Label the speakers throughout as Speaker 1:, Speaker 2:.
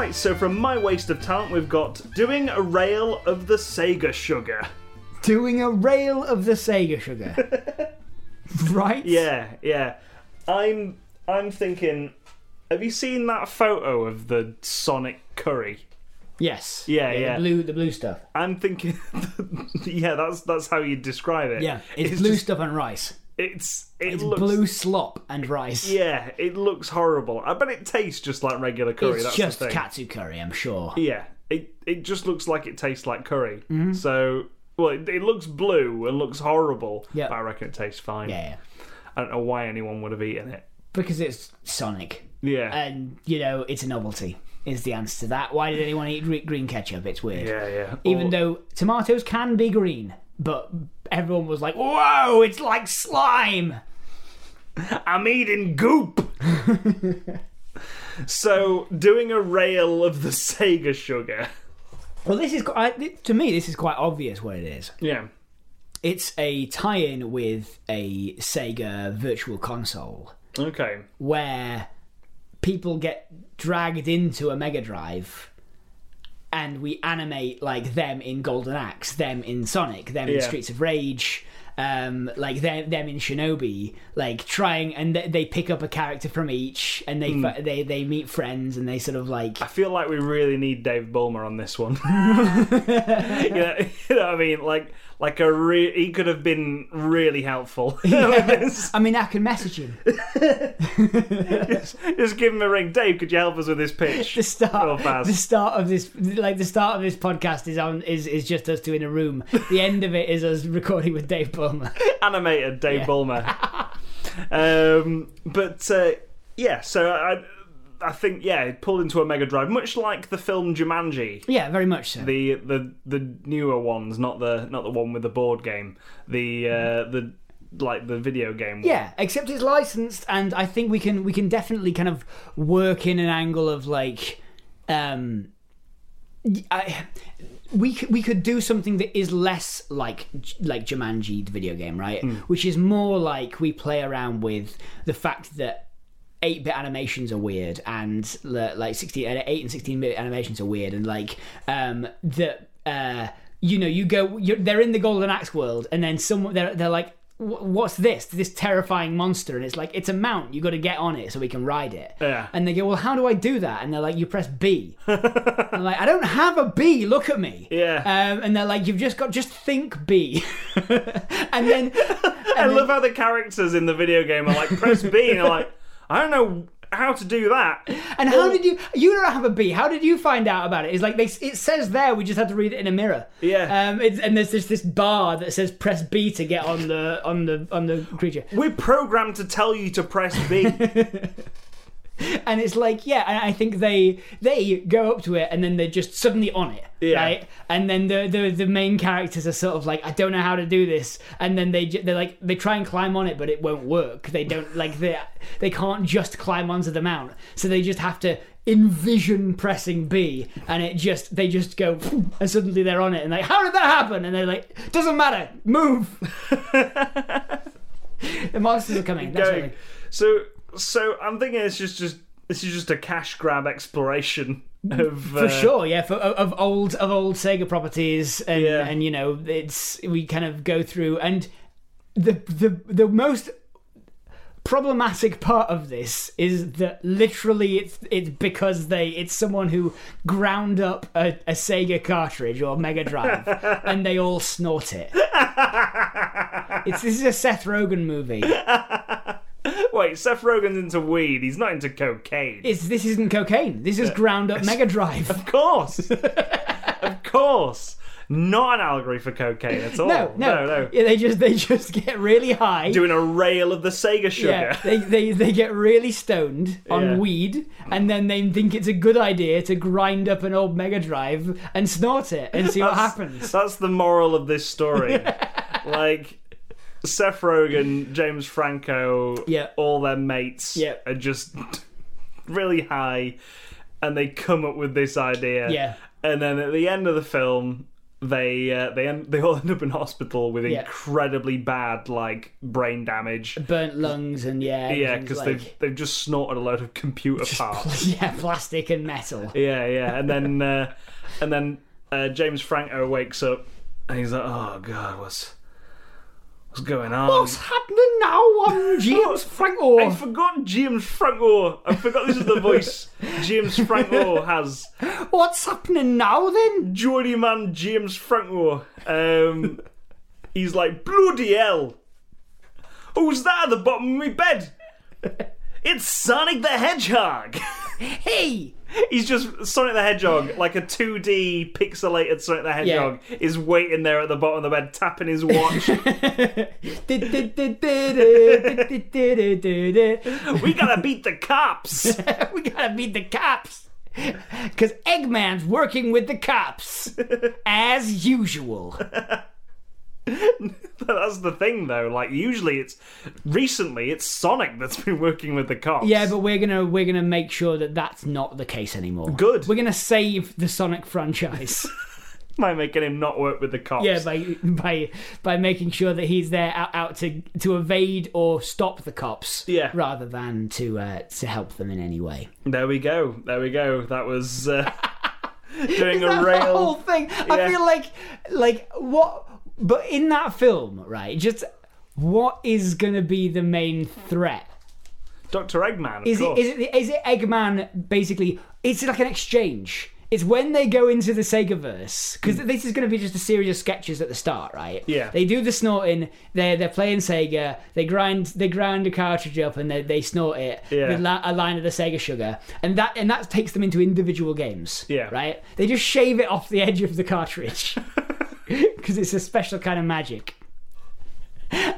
Speaker 1: Right, so from my waste of talent, we've got doing a rail of the Sega Sugar.
Speaker 2: Doing a rail of the Sega Sugar. right?
Speaker 1: Yeah, yeah. I'm I'm thinking. Have you seen that photo of the Sonic curry?
Speaker 2: Yes.
Speaker 1: Yeah, yeah.
Speaker 2: The blue, the blue stuff.
Speaker 1: I'm thinking. yeah, that's that's how you describe it.
Speaker 2: Yeah, it's, blue
Speaker 1: just-
Speaker 2: stuff and rice.
Speaker 1: it's it
Speaker 2: It's
Speaker 1: looks.
Speaker 2: blue slop and rice.
Speaker 1: Yeah, it looks horrible. I bet it tastes just like regular curry.
Speaker 2: it's
Speaker 1: that's
Speaker 2: just
Speaker 1: the thing.
Speaker 2: katsu curry, I'm sure.
Speaker 1: Yeah, it it just looks like it tastes like curry.
Speaker 2: Mm-hmm.
Speaker 1: So. Well, it, it looks blue and looks horrible,
Speaker 2: Yeah.
Speaker 1: but I reckon it tastes fine.
Speaker 2: Yeah,
Speaker 1: I don't know why anyone would have eaten it.
Speaker 2: because it's Sonic,
Speaker 1: Yeah.
Speaker 2: and you know it's a novelty. Is the answer to that? Why did anyone eat gre- green ketchup? It's weird.
Speaker 1: yeah, yeah. Oh,
Speaker 2: Even
Speaker 1: Or-
Speaker 2: though tomatoes can be green, but everyone was like, "Whoa, it's like slime."
Speaker 1: I'm eating goop. so, doing a rail of the Sega sugar.
Speaker 2: Well, this is I, to me. This is quite obvious what it is.
Speaker 1: Yeah.
Speaker 2: It's a tie-in with a Sega Virtual Console,
Speaker 1: Okay.
Speaker 2: where people get dragged into a Mega Drive and we animate like them in Golden Axe, them in Sonic, them in
Speaker 1: Yeah.
Speaker 2: Streets of Rage, um, like them them in Shinobi, like trying and th- they pick up a character from each and they fi- they they meet friends and they sort of like
Speaker 1: Hmm. I feel like we really need Dave Bulmer on this one. you, know, you know what I mean? Like, like a re- he could have been really helpful. with this.
Speaker 2: I mean I can message him
Speaker 1: Just give him a ring. Dave, could you help us with this pitch?
Speaker 2: the start
Speaker 1: Real fast.
Speaker 2: the start of this like the start of this podcast is on is is just us two in a room the end of it is us recording with Dave Bulmer
Speaker 1: animated Dave Bulmer. um, but uh, yeah, so I, I think yeah, it pulled into a Mega Drive, much like the film Jumanji.
Speaker 2: yeah very much so
Speaker 1: The, the the newer ones, not the not the one with the board game, the uh, the like the video game. one.
Speaker 2: Yeah, except it's licensed, and I think we can we can definitely kind of work in an angle of like, um, I, we could, we could do something that is less like like Jumanji the video game, right? Which is more like we play around with the fact that. 8-bit animations are weird and l- like 16 uh, 8 and 16-bit animations are weird and like um that uh you know you go you're, they're in the golden axe world and then someone they're, they're like "Wh- what's this this terrifying monster and it's like it's a mount you got to get on it so we can ride it
Speaker 1: Yeah.
Speaker 2: and they go well how do i do that and they're like you press b I'm like, I don't have a B. Look at me.
Speaker 1: Yeah.
Speaker 2: Um, and they're like, you've just got just think B. and then,
Speaker 1: I love how the characters in the video game are like press B, and you're like I don't know how to do that.
Speaker 2: and how did you? You don't have a B. How did you find out about it? It's like they, it says there. We just have to read it in a mirror.
Speaker 1: Yeah.
Speaker 2: Um. It's, and there's this this bar that says press B to get on the on the on the creature.
Speaker 1: We're programmed to tell you to press B.
Speaker 2: and it's like yeah and i think they they go up to it and then they're just suddenly on it
Speaker 1: Yeah.
Speaker 2: right and then the, the the main characters are sort of like i don't know how to do this and then they ju- they're like they try and climb on it but it won't work they don't like they they can't just climb onto the mount so they just have to envision pressing b and it just they just go and suddenly they're on it and like how did that happen and they're like doesn't matter move the monsters are coming that's what
Speaker 1: going. So so I'm thinking it's just just this is just a cash grab exploration of
Speaker 2: Mm,
Speaker 1: uh,
Speaker 2: For sure, yeah, for, of of old of old Sega properties, and
Speaker 1: Yeah.
Speaker 2: and you know, it's we kind of go through, and the the the most problematic part of this is that literally it's it's because they it's someone who ground up a, a Sega cartridge or Mega Drive, and they all snort it. It's this is a Seth Rogen movie.
Speaker 1: Wait, Seth Rogen's into weed. He's not into cocaine.
Speaker 2: It's this isn't cocaine. This is ground up Mega Drive.
Speaker 1: of course, of course, not an allegory for cocaine at all.
Speaker 2: No, Oh, no, Yeah, they just they just get really high.
Speaker 1: Doing a rail of the Sega sugar.
Speaker 2: Yeah, they, they, they get really stoned on
Speaker 1: Yeah.
Speaker 2: weed, and then they think it's a good idea to grind up an old Mega Drive and snort it and see what
Speaker 1: That's-
Speaker 2: happens.
Speaker 1: That's the moral of this story. like. Seth Rogen, James Franco,
Speaker 2: Yeah.
Speaker 1: all their mates
Speaker 2: Yeah.
Speaker 1: are just really high, and they come up with this idea.
Speaker 2: Yeah.
Speaker 1: And then at the end of the film, They uh, they end, they all end up in hospital with
Speaker 2: Yeah.
Speaker 1: incredibly bad like brain damage.
Speaker 2: burnt lungs and yeah,
Speaker 1: Yeah,
Speaker 2: everything's
Speaker 1: because
Speaker 2: like,
Speaker 1: they've they've just snorted a load of computer parts.
Speaker 2: yeah, plastic and metal.
Speaker 1: Yeah, yeah, and then uh, and then uh, James Franco wakes up and he's like, "Oh God, what's what's going on?"
Speaker 2: What's happening now on James
Speaker 1: I
Speaker 2: Franco?
Speaker 1: forgot James Franco. I forgot this is the voice James Franco has.
Speaker 2: What's happening now then?
Speaker 1: Geordie man James Franco. Um, he's like, bloody hell. Who's that at the bottom of my bed? It's Sonic the Hedgehog.
Speaker 2: Hey,
Speaker 1: He's just Sonic the Hedgehog, like a 2D pixelated Sonic the Hedgehog, is waiting there at the bottom of the bed, tapping his watch.
Speaker 2: we
Speaker 1: we gotta beat the cops.
Speaker 2: gotta beat the cops. Because Eggman's working with the cops. As usual.
Speaker 1: that's the thing, though. Like usually, it's recently it's Sonic that's been working with the cops.
Speaker 2: Yeah, but we're gonna we're gonna make sure that that's not the case anymore.
Speaker 1: Good.
Speaker 2: We're gonna save the Sonic franchise.
Speaker 1: by making him not work with the cops.
Speaker 2: yeah, by by by making sure that he's there out, out to to evade or stop the cops.
Speaker 1: Yeah.
Speaker 2: rather than to uh, to help them in any way.
Speaker 1: There we go. There we go. That was uh, doing a
Speaker 2: That's the
Speaker 1: rail.
Speaker 2: whole thing. I
Speaker 1: Yeah.
Speaker 2: feel like like what but in that film, right? Just what is going to be the main threat?
Speaker 1: Doctor Eggman. Of
Speaker 2: Is it
Speaker 1: course.
Speaker 2: is it is it Eggman basically it's like an exchange. It's when they go into the Segaverse because this is going to be just a series of sketches at the start, right?
Speaker 1: Hmm. Yeah.
Speaker 2: They do the snorting. They they're playing Sega. They grind they grind a cartridge up and they, they snort it
Speaker 1: Yeah.
Speaker 2: with la- a line of the Sega Sugar, and that and that takes them into individual games.
Speaker 1: Yeah.
Speaker 2: Right. They just shave it off the edge of the cartridge because it's a special kind of magic.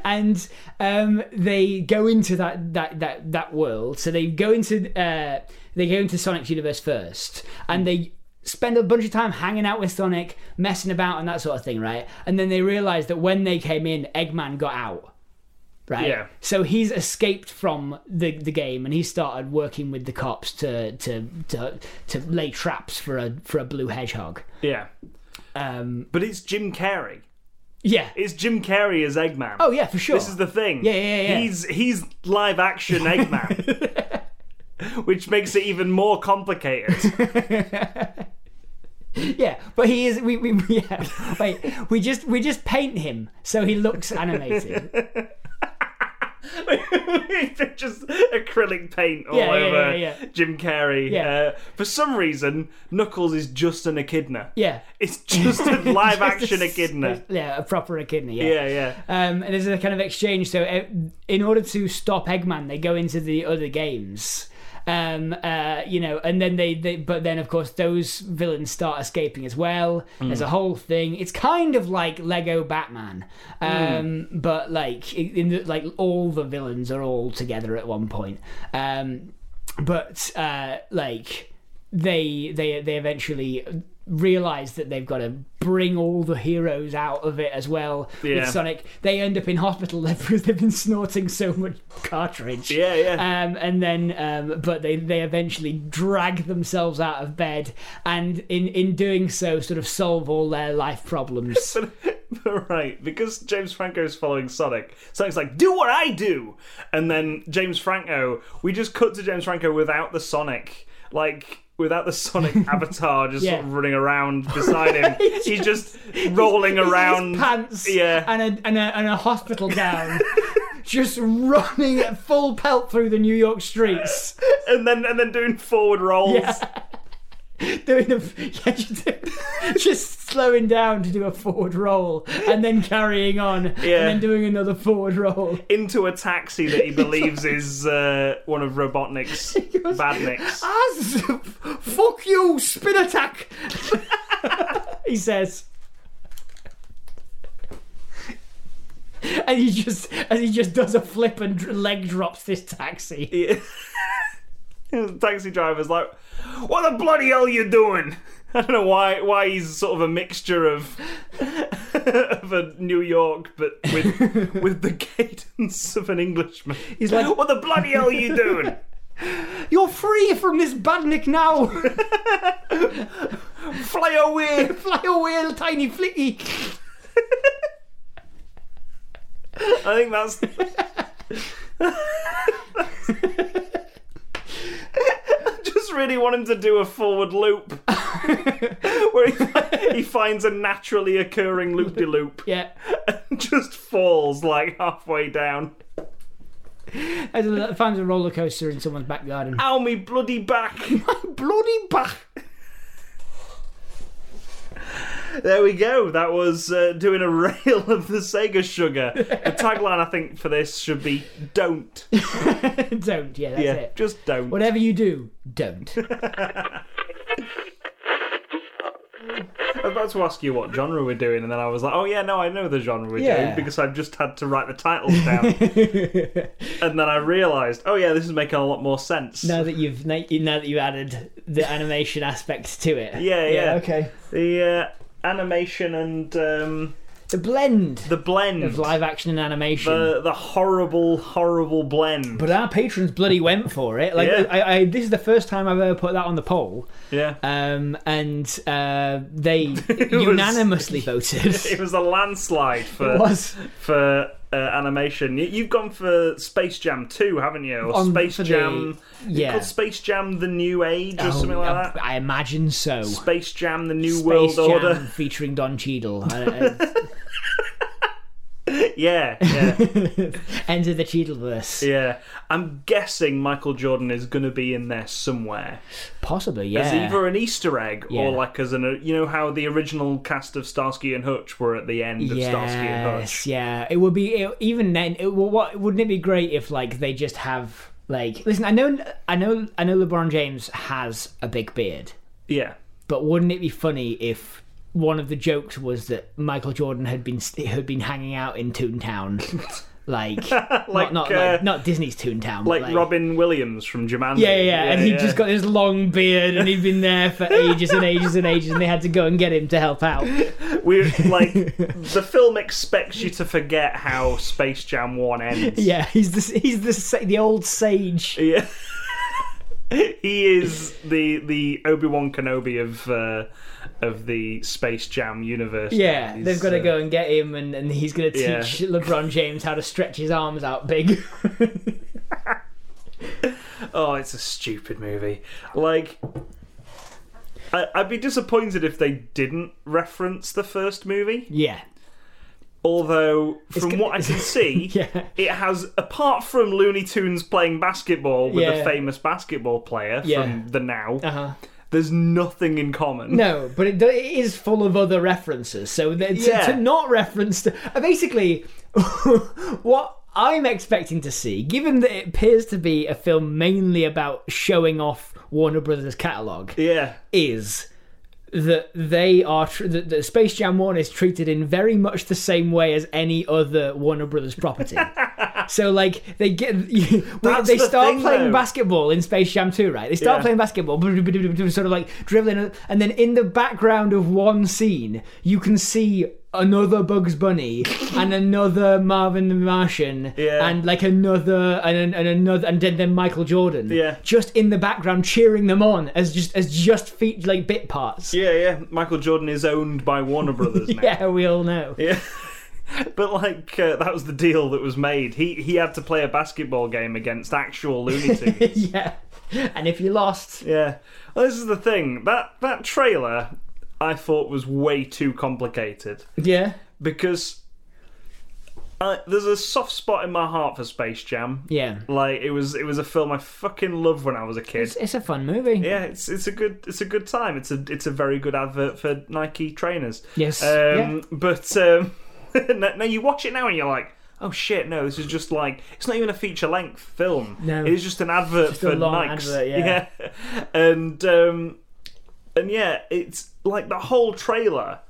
Speaker 2: And um, they go into that, that that that world. So they go into uh, they go into Sonic's universe first, and they spend a bunch of time hanging out with Sonic, messing about, and that sort of thing, right? And then they realize that when they came in, Eggman got out, right?
Speaker 1: Yeah.
Speaker 2: So he's escaped from the, the game, and he started working with the cops to to to, to lay traps for a for a blue hedgehog.
Speaker 1: Yeah.
Speaker 2: Um,
Speaker 1: But it's Jim Carrey.
Speaker 2: yeah.
Speaker 1: It's Jim Carrey as Eggman.
Speaker 2: Oh yeah, for sure.
Speaker 1: This is the thing.
Speaker 2: Yeah, yeah, yeah.
Speaker 1: He's he's live action Eggman, which makes it even more complicated.
Speaker 2: Yeah, but he is. We, we yeah. Wait, we just we just paint him so he looks animated.
Speaker 1: Just acrylic paint all
Speaker 2: Yeah, yeah,
Speaker 1: over
Speaker 2: yeah, yeah.
Speaker 1: Jim Carrey.
Speaker 2: Yeah.
Speaker 1: Uh, for some reason, Knuckles is just an echidna.
Speaker 2: Yeah.
Speaker 1: It's just a live action
Speaker 2: Just a-
Speaker 1: echidna.
Speaker 2: Yeah, a proper echidna. Yeah.
Speaker 1: Yeah, yeah.
Speaker 2: Um, and there's a kind of exchange. So, uh, in order to stop Eggman, they go into the other games. Um, uh, you know, and then they, they, but then of course those villains start escaping as well. There's a whole thing. It's kind of like Lego Batman, um, but like in the, like all the villains are all together at one point. Um, but uh, like they they they eventually realize that they've got to bring all the heroes out of it as well
Speaker 1: Yeah.
Speaker 2: with Sonic. They end up in hospital because they've been snorting so much cartridge.
Speaker 1: Yeah, yeah.
Speaker 2: Um, and then, um, but they, they eventually drag themselves out of bed, and in, in doing so, sort of solve all their life problems.
Speaker 1: right, because James Franco is following Sonic, Sonic's like, do what I do! And then James Franco, we just cut to James Franco without the Sonic, like, without the Sonic avatar just
Speaker 2: Yeah.
Speaker 1: sort of running around beside him. He's just rolling
Speaker 2: He's in his
Speaker 1: around.
Speaker 2: pants,
Speaker 1: Yeah.
Speaker 2: and a and a, and a hospital gown, just running at full pelt through the New York streets.
Speaker 1: and then and then doing forward rolls.
Speaker 2: doing the yeah, just, just slowing down to do a forward roll and then carrying on and then doing another forward roll.
Speaker 1: Into a taxi that he believes is uh, one of Robotnik's badniks.
Speaker 2: As fuck you, spin attack. he says. And he just and he just does a flip and dr- leg drops this taxi.
Speaker 1: Yeah. the taxi driver's like, "What the bloody hell you doing?" I don't know why. Why he's sort of a mixture of of a New York, but with with the cadence of an Englishman. He's
Speaker 2: like-
Speaker 1: "What the bloody hell you doing?"
Speaker 2: You're free from this badnik now.
Speaker 1: Fly away!
Speaker 2: Fly away, little tiny flicky.
Speaker 1: I think that's. just really want him to do a forward loop where he, fi- he finds a naturally occurring loop de loop
Speaker 2: Yeah.
Speaker 1: and just falls like halfway down.
Speaker 2: I don't know, finds a roller coaster in someone's back garden.
Speaker 1: Ow, me bloody back!
Speaker 2: Bloody back.
Speaker 1: There we go. That was uh, doing a rail of the Sega Sugar. The tagline, I think, for this should be "Don't."
Speaker 2: don't. Yeah, that's
Speaker 1: Yeah,
Speaker 2: it.
Speaker 1: just don't.
Speaker 2: Whatever you do, don't.
Speaker 1: I was about to ask you what genre we're doing, and then I was like, "Oh yeah, no, I know the genre we're
Speaker 2: Yeah.
Speaker 1: doing because I've just had to write the titles down." and then I realised, "Oh yeah, this is making a lot more sense."
Speaker 2: now that you've na- now that you've added the animation aspect to it.
Speaker 1: Yeah, yeah.
Speaker 2: okay.
Speaker 1: The uh, animation and um,
Speaker 2: The blend
Speaker 1: the blend,
Speaker 2: of live action and animation.
Speaker 1: the the horrible, horrible blend.
Speaker 2: but our patrons bloody went for it. Like
Speaker 1: Yeah.
Speaker 2: I, I, this is the first time I've ever put that on the poll,
Speaker 1: yeah,
Speaker 2: um, and uh, they unanimously voted.
Speaker 1: it was a landslide for
Speaker 2: It was
Speaker 1: for uh, animation. You, you've gone for Space Jam 2, haven't you? Or
Speaker 2: On-
Speaker 1: Space
Speaker 2: for the-
Speaker 1: Jam.
Speaker 2: yeah.
Speaker 1: Called Space Jam: The New Age or something like
Speaker 2: I,
Speaker 1: that.
Speaker 2: I imagine so.
Speaker 1: Space Jam: The New
Speaker 2: Space
Speaker 1: World
Speaker 2: Jam
Speaker 1: Order.
Speaker 2: featuring Don Cheadle. I-
Speaker 1: Yeah, yeah,
Speaker 2: I- Enter the Cheadleverse.
Speaker 1: yeah. I'm guessing Michael Jordan is going to be in there somewhere
Speaker 2: Possibly, yeah.
Speaker 1: as either an Easter egg
Speaker 2: Yeah.
Speaker 1: or like as an uh, you know how the original cast of Starsky and Hutch were at the end of Starsky and
Speaker 2: Yes,
Speaker 1: Hutch.
Speaker 2: yeah. It would be it, even then. It, would- what wouldn't it be great if like they just have like listen? I know, I know, I know. LeBron James has a big beard,
Speaker 1: Yeah,
Speaker 2: but wouldn't it be funny if one of the jokes was that Michael Jordan had been had been hanging out in Toontown, like like not not,
Speaker 1: uh,
Speaker 2: like, not Disney's Toontown,
Speaker 1: like, Robin Williams from Jumanji.
Speaker 2: Yeah, yeah, yeah, and he
Speaker 1: yeah.
Speaker 2: just got this long beard, and he'd been there for ages and ages and ages, and they had to go and get him to help out.
Speaker 1: We like the film expects you to forget how Space Jam One ends.
Speaker 2: Yeah, he's the he's the sa- the old sage.
Speaker 1: Yeah. he is the the Obi Wan Kenobi of uh, of the Space Jam universe.
Speaker 2: Yeah,
Speaker 1: He's,
Speaker 2: they've got to
Speaker 1: uh,
Speaker 2: go and get him, and, and he's going to
Speaker 1: Yeah.
Speaker 2: teach LeBron James how to stretch his arms out big.
Speaker 1: Oh, it's a stupid movie. Like, I, I'd be disappointed if they didn't reference the first movie.
Speaker 2: yeah,
Speaker 1: Although, from
Speaker 2: gonna-
Speaker 1: what I can see,
Speaker 2: yeah,
Speaker 1: it has, apart from Looney Tunes playing basketball with
Speaker 2: Yeah.
Speaker 1: a famous basketball player
Speaker 2: Yeah.
Speaker 1: from the now,
Speaker 2: uh huh.
Speaker 1: there's nothing in common.
Speaker 2: No, but it, do- it is full of other references. So th- to,
Speaker 1: Yeah.
Speaker 2: to not reference, to, uh, basically, what I'm expecting to see, given that it appears to be a film mainly about showing off Warner Brothers' catalog,
Speaker 1: Yeah.
Speaker 2: is that they are tr- that, that Space Jam One is treated in very much the same way as any other Warner Brothers property. so like they get well, they
Speaker 1: the
Speaker 2: start
Speaker 1: thing,
Speaker 2: playing
Speaker 1: though.
Speaker 2: basketball in Space Jam Two, right? They start
Speaker 1: Yeah.
Speaker 2: playing basketball, sort of like dribbling, and then in the background of one scene, you can see. Another Bugs Bunny and another Marvin the Martian
Speaker 1: Yeah.
Speaker 2: and like another and, and another and then, then Michael Jordan
Speaker 1: Yeah.
Speaker 2: just in the background cheering them on as just as just feet like bit parts.
Speaker 1: Yeah, yeah. Michael Jordan is owned by Warner Brothers now.
Speaker 2: Yeah, we all know.
Speaker 1: Yeah. But like uh, that was the deal that was made. He he had to play a basketball game against actual Looney Tunes.
Speaker 2: yeah. And if you lost,
Speaker 1: yeah. Well, this is the thing that that trailer I thought was way too complicated
Speaker 2: yeah,
Speaker 1: because I, there's a soft spot in my heart for Space Jam.
Speaker 2: yeah,
Speaker 1: Like it was it was a film I fucking loved when I was a kid.
Speaker 2: it's, it's a fun movie.
Speaker 1: Yeah, it's it's a good it's a good time. It's a it's a very good advert for Nike trainers.
Speaker 2: Yes,
Speaker 1: Um,
Speaker 2: yeah.
Speaker 1: But um, now now you watch it now and you're like, oh shit, no, this is just like it's not even a feature length film.
Speaker 2: No.
Speaker 1: it is just an advert
Speaker 2: a
Speaker 1: for
Speaker 2: long
Speaker 1: Nikes.
Speaker 2: advert, yeah.
Speaker 1: yeah. and um, and yeah, it's like the whole trailer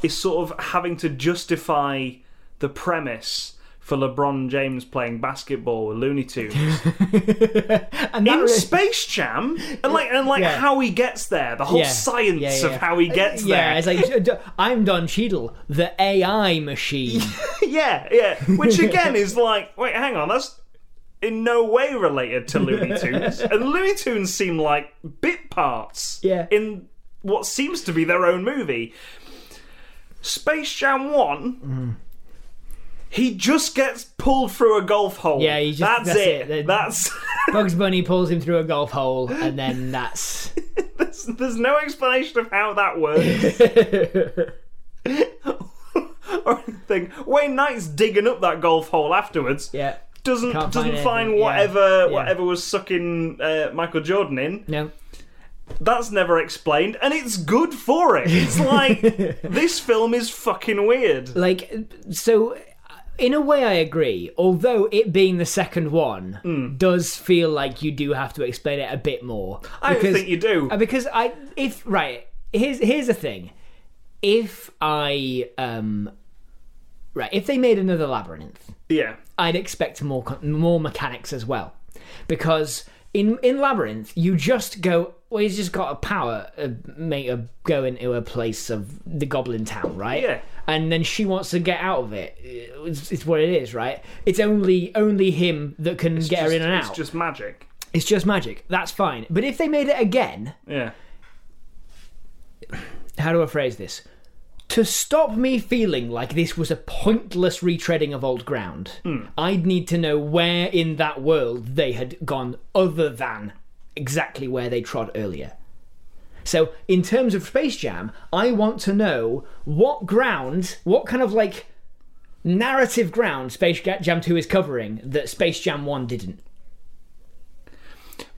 Speaker 1: is sort of having to justify the premise. For LeBron James playing basketball with Looney Tunes
Speaker 2: And that
Speaker 1: in
Speaker 2: really-
Speaker 1: Space Jam, and like and like
Speaker 2: Yeah.
Speaker 1: how he gets there, the whole
Speaker 2: Yeah.
Speaker 1: science
Speaker 2: Yeah, yeah,
Speaker 1: of
Speaker 2: yeah.
Speaker 1: how he gets there.
Speaker 2: yeah, it's like "D- I'm Don Cheadle, the AI machine.
Speaker 1: Yeah, yeah. Which again is like, wait, hang on, that's in no way related to Looney Tunes. and Looney Tunes seem like bit parts
Speaker 2: Yeah.
Speaker 1: in what seems to be their own movie. Space Jam One. He just gets pulled through a golf hole.
Speaker 2: Yeah, he just-
Speaker 1: that's,
Speaker 2: that's
Speaker 1: it.
Speaker 2: it.
Speaker 1: That's
Speaker 2: Bugs Bunny pulls him through a golf hole, and then that's.
Speaker 1: there's, there's no explanation of how that works. or anything. Wayne Knight's digging up that golf hole afterwards.
Speaker 2: Yeah.
Speaker 1: Doesn't
Speaker 2: Can't
Speaker 1: doesn't
Speaker 2: find
Speaker 1: find,
Speaker 2: anything. Yeah.
Speaker 1: whatever
Speaker 2: Yeah.
Speaker 1: whatever was sucking uh, Michael Jordan in.
Speaker 2: No.
Speaker 1: That's never explained, and it's good for it. It's like this film is fucking weird.
Speaker 2: Like, so in a way, I agree. Although it being the second one
Speaker 1: Hmm.
Speaker 2: does feel like you do have to explain it a bit more.
Speaker 1: I don't
Speaker 2: Because-
Speaker 1: think you do.
Speaker 2: Uh, because I if right here's here's the thing, if I um right if they made another labyrinth,
Speaker 1: yeah,
Speaker 2: I'd expect more co- more mechanics as well, because in in labyrinth you just go. Well, he's just got a power, uh, make her go into a place of the Goblin Town, right?
Speaker 1: Yeah.
Speaker 2: And then she wants to get out of it. It's, it's what it is, right? It's only only him that can get her in and
Speaker 1: it's
Speaker 2: out.
Speaker 1: just magic.
Speaker 2: it's just magic. That's fine. But if they made it again,
Speaker 1: Yeah,
Speaker 2: how do I phrase this? To stop me feeling like this was a pointless retreading of old ground,
Speaker 1: Hmm.
Speaker 2: I'd need to know where in that world they had gone other than exactly where they trod earlier. So, in terms of Space Jam, I want to know what ground, what kind of like narrative ground Space Ga- Jam 2 is covering that Space Jam 1 didn't.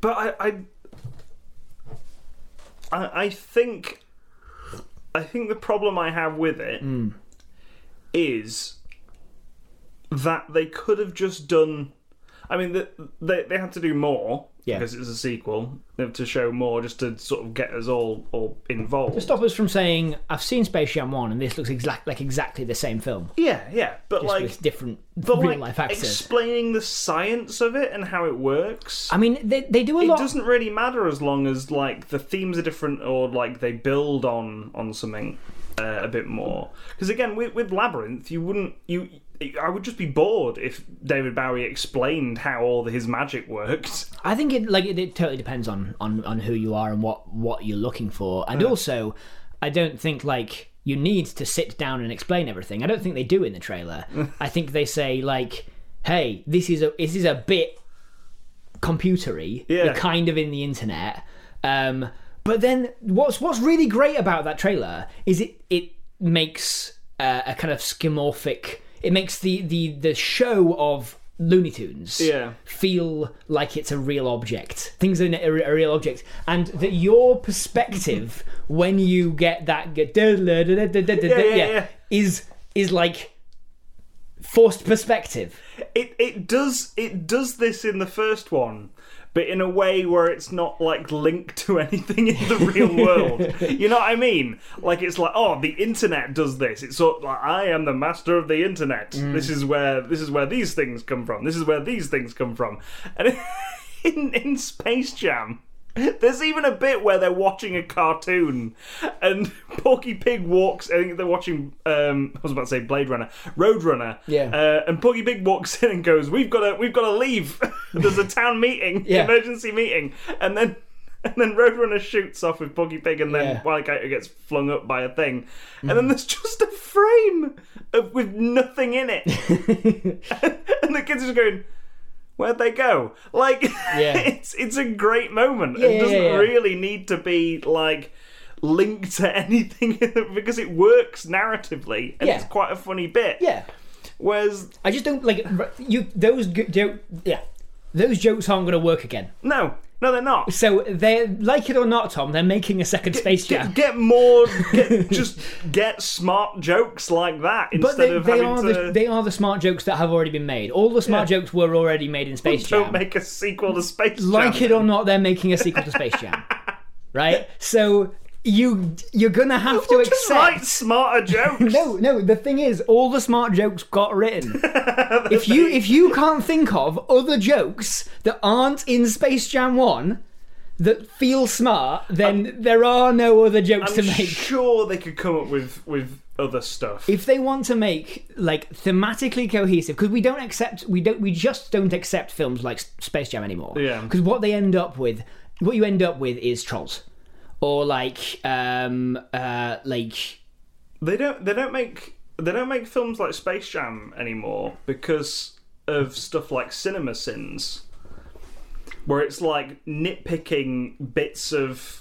Speaker 1: but I, I, I, I think, I think the problem I have with it is
Speaker 2: Hmm.
Speaker 1: that they could have just done. I mean, th- they they had to do more
Speaker 2: Yeah.
Speaker 1: because it's a sequel they have to show more just to sort of get us all all involved.
Speaker 2: Stop us from saying, I've seen Space Jam 1 and this looks exact like exactly the same film.
Speaker 1: yeah, yeah, but
Speaker 2: Just
Speaker 1: like.
Speaker 2: with different
Speaker 1: But
Speaker 2: real
Speaker 1: like
Speaker 2: life actors.
Speaker 1: explaining the science of it and how it works.
Speaker 2: I mean, they, they do a
Speaker 1: it
Speaker 2: lot.
Speaker 1: doesn't really matter as long as like the themes are different or like they build on on something uh, a bit more because again with, with labyrinth you wouldn't you i would just be bored if david bowie explained how all his magic worked
Speaker 2: I think it like it, it totally depends on, on on who you are and what what you're looking for, and also, I don't think like you need to sit down and explain everything. I don't think they do in the trailer. I think they say like, "Hey, this is a this is a bit computery.
Speaker 1: Yeah.
Speaker 2: You're kind of in the internet." Um, but then what's what's really great about that trailer is it it makes uh, a kind of skimorphic. It makes the the the show of Looney Tunes
Speaker 1: Yeah.
Speaker 2: feel like it's a real object. Things are a, a real object, and that your perspective when you get that g- da- la- da- da- da- da- da-
Speaker 1: yeah, yeah.
Speaker 2: yeah, is is like forced perspective.
Speaker 1: it it does it does this in the first one but in a way where it's not like linked to anything in the real world you know what i mean like it's like oh the internet does this it's sort of like i am the master of the internet this is where this is where these things come from this is where these things come from and in in space jam there's even a bit where they're watching a cartoon and Porky Pig walks. I think they're watching, um, I was about to say Blade Runner, Roadrunner.
Speaker 2: Yeah.
Speaker 1: Uh, and Porky Pig walks in and goes, "We've got to, we've got to leave. There's a town meeting,
Speaker 2: Yeah.
Speaker 1: emergency meeting." And then, and then Roadrunner shoots off with Porky Pig, and then
Speaker 2: Yeah. Mm.
Speaker 1: Wile Coyote gets flung up by a thing. And then there's just a frame of, with nothing in it, and the kids are just going. Where'd they go? Like, it's it's a great moment.
Speaker 2: yeah,
Speaker 1: it doesn't
Speaker 2: yeah.
Speaker 1: really need to be like linked to anything in the, because it works narratively and
Speaker 2: Yeah.
Speaker 1: it's quite a funny bit.
Speaker 2: Yeah,
Speaker 1: Whereas
Speaker 2: I just don't like r- you. Those g- jo- yeah, those jokes aren't going to work again.
Speaker 1: No, no, they're not.
Speaker 2: So they like it or not, Tom, they're making a second Space Jam.
Speaker 1: Get, get more, get, just get smart jokes like that
Speaker 2: But
Speaker 1: instead
Speaker 2: they,
Speaker 1: of
Speaker 2: they
Speaker 1: having
Speaker 2: are
Speaker 1: to.
Speaker 2: the, they are the smart jokes that have already been made. All the smart jokes were already made in Space
Speaker 1: don't
Speaker 2: Jam.
Speaker 1: make a sequel to Space
Speaker 2: like
Speaker 1: Jam.
Speaker 2: it or not, they're making a sequel to Space Jam, right? So you you're gonna have to
Speaker 1: Just
Speaker 2: accept.
Speaker 1: write smarter jokes.
Speaker 2: No, no. The thing is, all the smart jokes got written. if you if you can't think of other jokes that aren't in Space Jam One that feel smart, then there are no other jokes
Speaker 1: I'm
Speaker 2: to make.
Speaker 1: sure they could come up with with other stuff.
Speaker 2: if they want to make like thematically cohesive because we don't accept we don't we just don't accept films like S- space jam anymore
Speaker 1: Yeah.
Speaker 2: because what they end up with what you end up with is trolls or like um uh like
Speaker 1: They don't. They don't make. They don't make films like Space Jam anymore because of stuff like cinema sins, where it's like nitpicking bits of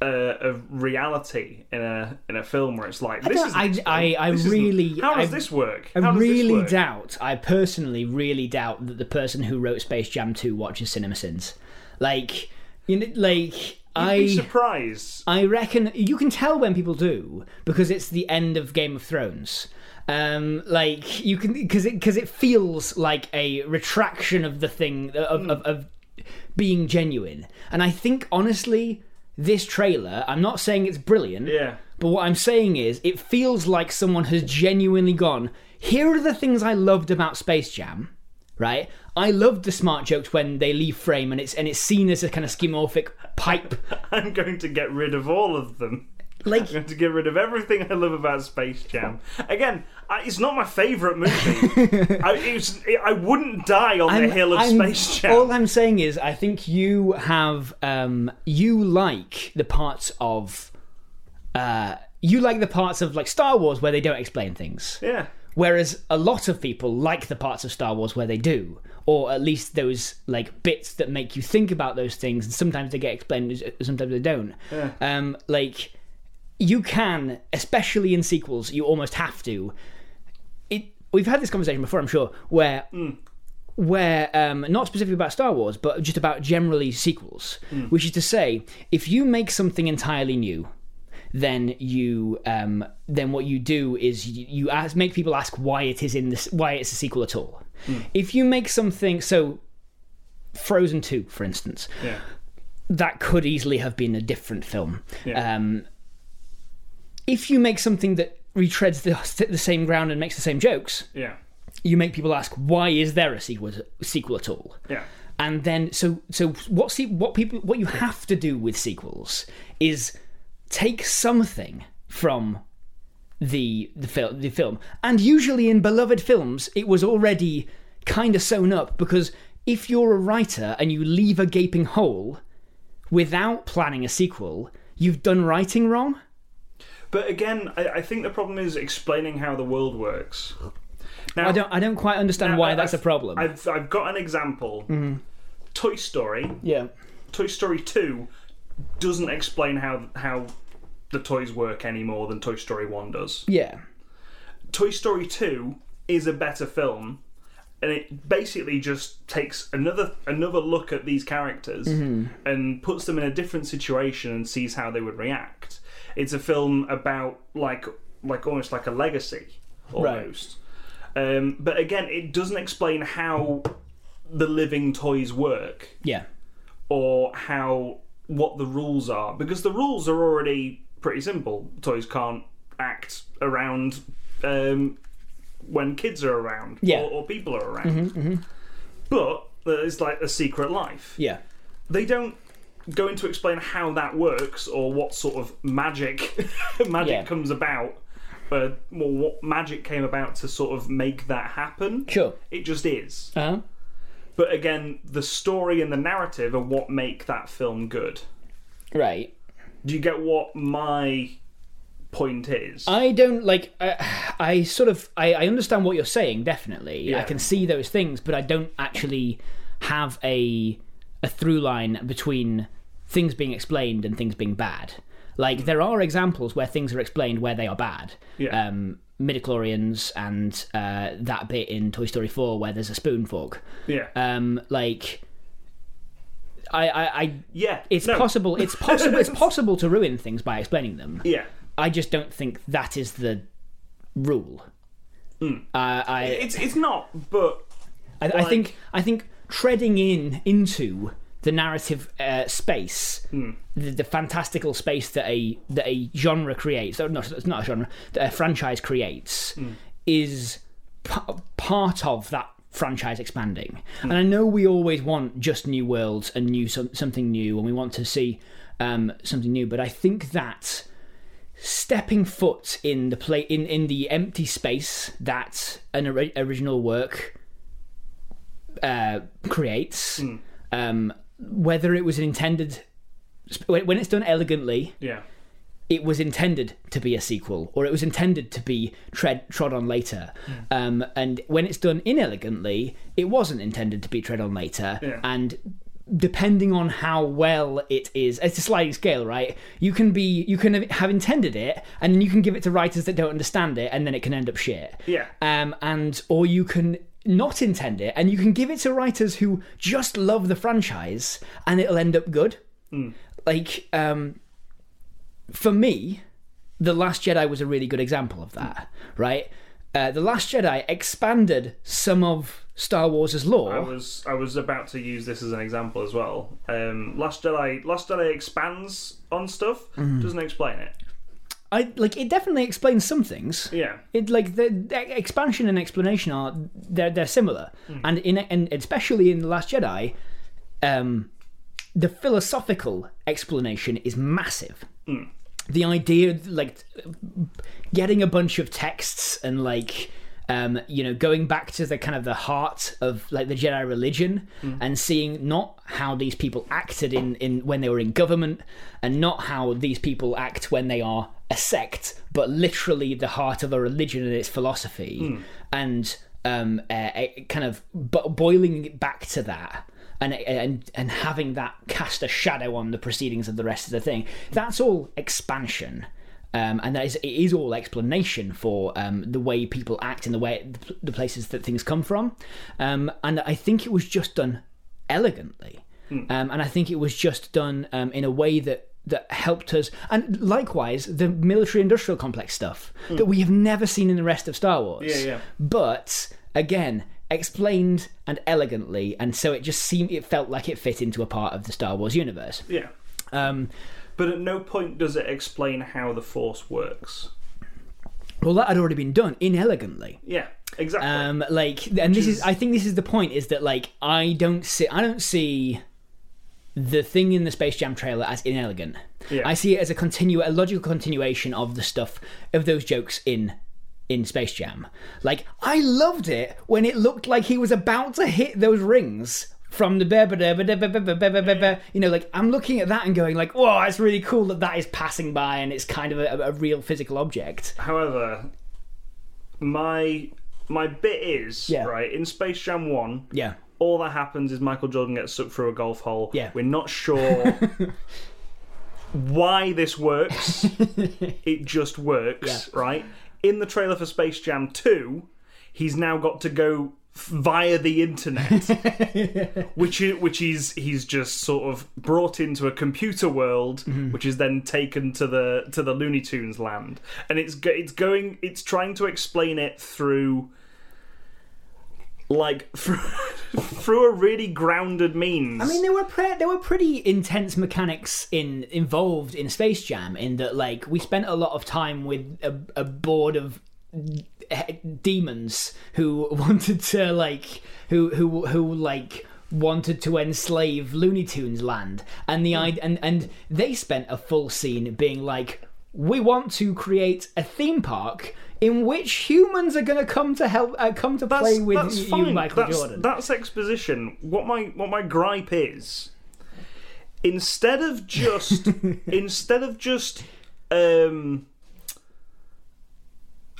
Speaker 1: uh, of reality in a in a film where it's like this is
Speaker 2: I I, I really
Speaker 1: how
Speaker 2: I,
Speaker 1: does this work?
Speaker 2: I
Speaker 1: How does this
Speaker 2: really
Speaker 1: work?
Speaker 2: doubt. I personally really doubt that the person who wrote Space Jam Two watches CinemaSins. Like you know, like I.
Speaker 1: Be surprised.
Speaker 2: I reckon you can tell when people do because it's the end of Game of Thrones. Um, like you can because it because it feels like a retraction of the thing of, of, of being genuine. And I think honestly, this trailer. I'm not saying it's brilliant.
Speaker 1: Yeah.
Speaker 2: But what I'm saying is, it feels like someone has genuinely gone. Here are the things I loved about Space Jam, right? I loved the smart jokes when they leave frame and it's and it's seen as a kind of schemorphic pipe.
Speaker 1: I'm going to get rid of all of them.
Speaker 2: Like
Speaker 1: I'm going to get rid of everything I love about Space Jam. Again, I, it's not my favourite movie. I, it's, I wouldn't die on the hill of
Speaker 2: I'm-
Speaker 1: Space Jam.
Speaker 2: All I'm saying is, I think you have um, you like the parts of uh, you like the parts of like Star Wars where they don't explain things,
Speaker 1: yeah.
Speaker 2: whereas a lot of people like the parts of Star Wars where they do, or at least those like bits that make you think about those things. And sometimes they get explained, sometimes they don't. Um, like you can, especially in sequels, you almost have to. It, we've had this conversation before, I'm sure,
Speaker 1: Mm.
Speaker 2: where where um, not specifically about Star Wars, but just about generally sequels, which is to say, if you make something entirely new, then you um, then what you do is you, you ask, make people ask why it is in this why it's a sequel at all. If you make something so. Frozen 2, for instance,
Speaker 1: Yeah.
Speaker 2: that could easily have been a different film.
Speaker 1: Yeah.
Speaker 2: Um, if you make something that retreads the, the same ground and makes the same jokes,
Speaker 1: Yeah.
Speaker 2: you make people ask why is there a sequel, sequel at all
Speaker 1: Yeah.
Speaker 2: and then so so what se- what people what you have to do with sequels is take something from the the film the film and usually in beloved films it was already kind of sewn up because if you're a writer and you leave a gaping hole without planning a sequel you've done writing wrong
Speaker 1: But again, I, I think the problem is explaining how the world works. Now,
Speaker 2: i don't i don't quite understand why that's a problem
Speaker 1: I've, I've got an example.
Speaker 2: Mm-hmm.
Speaker 1: Toy Story.
Speaker 2: yeah
Speaker 1: Toy Story 2 doesn't explain how how the toys work any more than Toy Story 1 does.
Speaker 2: yeah
Speaker 1: Toy Story 2 is a better film and it basically just takes another another look at these characters and puts them in a different situation and sees how they would react. It's a film about like like almost like a legacy almost. Um, but again, it doesn't explain how the living toys work
Speaker 2: yeah
Speaker 1: or how what the rules are because the rules are already pretty simple. Toys can't act around um, when kids are around
Speaker 2: Yeah. Mm-hmm,
Speaker 1: or, or people are around. But it's like a secret life.
Speaker 2: yeah
Speaker 1: They don't go into explain how that works or what sort of magic magic
Speaker 2: Yeah.
Speaker 1: comes about. Uh, well, what magic came about to sort of make that happen?
Speaker 2: sure
Speaker 1: It just is.
Speaker 2: uh-huh.
Speaker 1: But again, the story and the narrative are what make that film good.
Speaker 2: right
Speaker 1: Do you get what my point is?
Speaker 2: I don't like. Uh, I sort of. I, I understand what you're saying. Definitely, I
Speaker 1: Yeah.
Speaker 2: can see those things, but I don't actually have a a through line between things being explained and things being bad. Like there are examples where things are explained where they are bad.
Speaker 1: Yeah.
Speaker 2: Um, midichlorians and uh, that bit in Toy Story 4 where there's a spoon fork.
Speaker 1: yeah,
Speaker 2: Um, like. I, I, I
Speaker 1: yeah.
Speaker 2: it's
Speaker 1: no,
Speaker 2: possible. It's possible. it's possible to ruin things by explaining them.
Speaker 1: Yeah,
Speaker 2: I just don't think that is the rule. Uh, I,
Speaker 1: it's it's not. But
Speaker 2: I, I think I think treading in into the narrative uh, space, the, the fantastical space that a that a genre creates, or not it's not a genre that a franchise creates, is pa- part of that franchise expanding. And I know we always want just new worlds and new some, something new, and we want to see um, something new. But I think that stepping foot in the play in, in the empty space that an ori- original work uh, creates, um, whether it was intended sp- when when it's done elegantly,
Speaker 1: Yeah.
Speaker 2: it was intended to be a sequel, or it was intended to be tread trod on later.
Speaker 1: Hmm.
Speaker 2: Um, and when it's done inelegantly, it wasn't intended to be tread on later.
Speaker 1: Yeah.
Speaker 2: And depending on how well it is, it's a sliding scale, right? You can be, you can have intended it, and you can give it to writers that don't understand it, and then it can end up shit.
Speaker 1: Yeah.
Speaker 2: Um, and or you can not intend it, and you can give it to writers who just love the franchise, and it'll end up good.
Speaker 1: Hmm.
Speaker 2: Like, um, for me, the Last Jedi was a really good example of that, right? Uh, the Last Jedi expanded some of Star Wars' lore.
Speaker 1: I was I was about to use this as an example as well. Um, Last Jedi Last Jedi expands on stuff,
Speaker 2: Mm.
Speaker 1: doesn't explain it.
Speaker 2: I like it definitely explains some things.
Speaker 1: Yeah.
Speaker 2: It like the, the expansion and explanation are they're they're similar, and in and especially in the Last Jedi, um, the philosophical explanation is massive. The idea of, like getting a bunch of texts and like um, you know going back to the kind of the heart of like the Jedi religion and seeing not how these people acted in, in when they were in government and not how these people act when they are a sect but literally the heart of a religion and its philosophy and um, uh, eh, kind of bo- boiling it back to that and and and having that cast a shadow on the proceedings of the rest of the thing that's all expansion um, and that is it is all explanation for um, the way people act and the way the, pl- the places that things come from um, and I think it was just done elegantly
Speaker 1: Hmm.
Speaker 2: um, and I think it was just done um, in a way that that helped us and likewise the military industrial complex stuff that we have never seen in the rest of Star Wars
Speaker 1: Hmm. Yeah, yeah.
Speaker 2: but again explained and elegantly and so it just seemed it felt like it fit into a part of the Star Wars universe
Speaker 1: Yeah.
Speaker 2: um,
Speaker 1: But at no point does it explain how the force works.
Speaker 2: well that had already been done inelegantly
Speaker 1: Yeah. Exactly.
Speaker 2: um like and this is i think this is the point is that like i don't see i don't see the thing in the space jam trailer as inelegant
Speaker 1: Yeah.
Speaker 2: i see it as a continue a logical continuation of the stuff of those jokes in in space jam like i loved it when it looked like he was about to hit those rings from the ba- ba- da- ba- da- ba- ba- ba- ba- ba- ba- ba- you know like i'm looking at that and going like whoa it's really cool that that is passing by and it's kind of a, a real physical object
Speaker 1: However, my my bit is
Speaker 2: Yeah.
Speaker 1: right in Space Jam One.
Speaker 2: yeah
Speaker 1: All that happens is Michael Jordan gets sucked through a golf hole.
Speaker 2: Yeah.
Speaker 1: We're not sure why this works. it just works, right? In the trailer for Space Jam 2, he's now got to go f- via the internet which is which is he's just sort of brought into a computer world,
Speaker 2: Mm-hmm.
Speaker 1: which is then taken to the to the Looney Tunes land, and it's go- it's going it's trying to explain it through like through, through a really grounded means.
Speaker 2: I mean, there were pre- there were pretty intense mechanics in involved in Space Jam in that like we spent a lot of time with a, a board of d- demons who wanted to like who who who like wanted to enslave Looney Tunes land and the i and and they spent a full scene being like we want to create a theme park in which humans are going to come to help uh, come to play with you Michael
Speaker 1: that's,
Speaker 2: Jordan
Speaker 1: That's exposition. What my what my gripe is, instead of just instead of just um,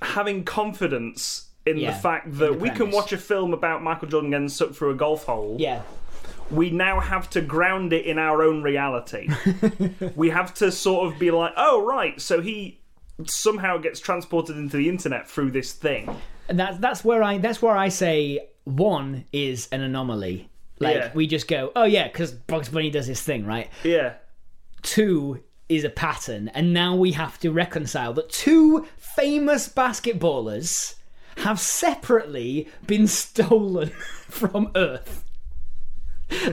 Speaker 1: having confidence in
Speaker 2: Yeah,
Speaker 1: the fact
Speaker 2: in
Speaker 1: that
Speaker 2: the
Speaker 1: we can
Speaker 2: premise.
Speaker 1: watch a film about Michael Jordan getting sucked through a golf hole,
Speaker 2: yeah
Speaker 1: we now have to ground it in our own reality. we have to sort of be like, oh right, so he somehow gets transported into the internet through this thing.
Speaker 2: And that's that's where I that's where I say one is an anomaly. Like
Speaker 1: Yeah.
Speaker 2: we just go, oh yeah, because Bugs Bunny does his thing, right?
Speaker 1: Yeah.
Speaker 2: Two is a pattern, and now we have to reconcile that two famous basketballers have separately been stolen from Earth.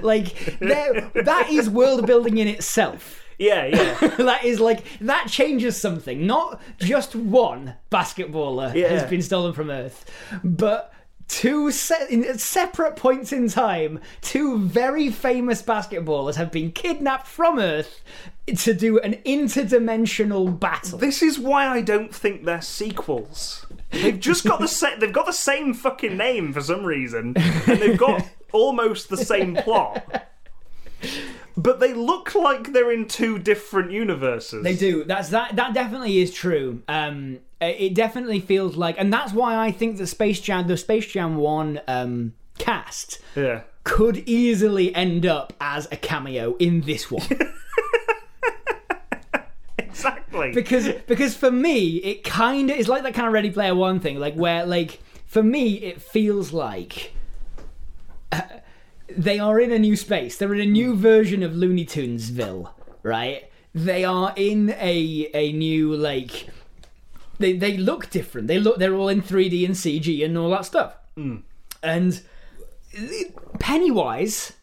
Speaker 2: Like there- that is world building in itself.
Speaker 1: Yeah, yeah.
Speaker 2: that is like that changes something. Not just one basketballer
Speaker 1: Yeah.
Speaker 2: has been stolen from Earth, but two se- in at separate points in time, two very famous basketballers have been kidnapped from Earth to do an interdimensional battle.
Speaker 1: This is why I don't think they're sequels. They've just got the set. They've got the same fucking name for some reason, and they've got almost the same plot. but they look like they're in two different universes.
Speaker 2: They do. That's that. That definitely is true. Um, it definitely feels like, and that's why I think the Space Jam, the Space Jam One um, cast,
Speaker 1: Yeah.
Speaker 2: could easily end up as a cameo in this one.
Speaker 1: Exactly.
Speaker 2: because because for me it kind of is like that kind of ready player one thing like where like for me it feels like uh, they are in a new space they're in a new version of looney tunesville right they are in a a new like they they look different they look they're all in 3d and cg and all that stuff and pennywise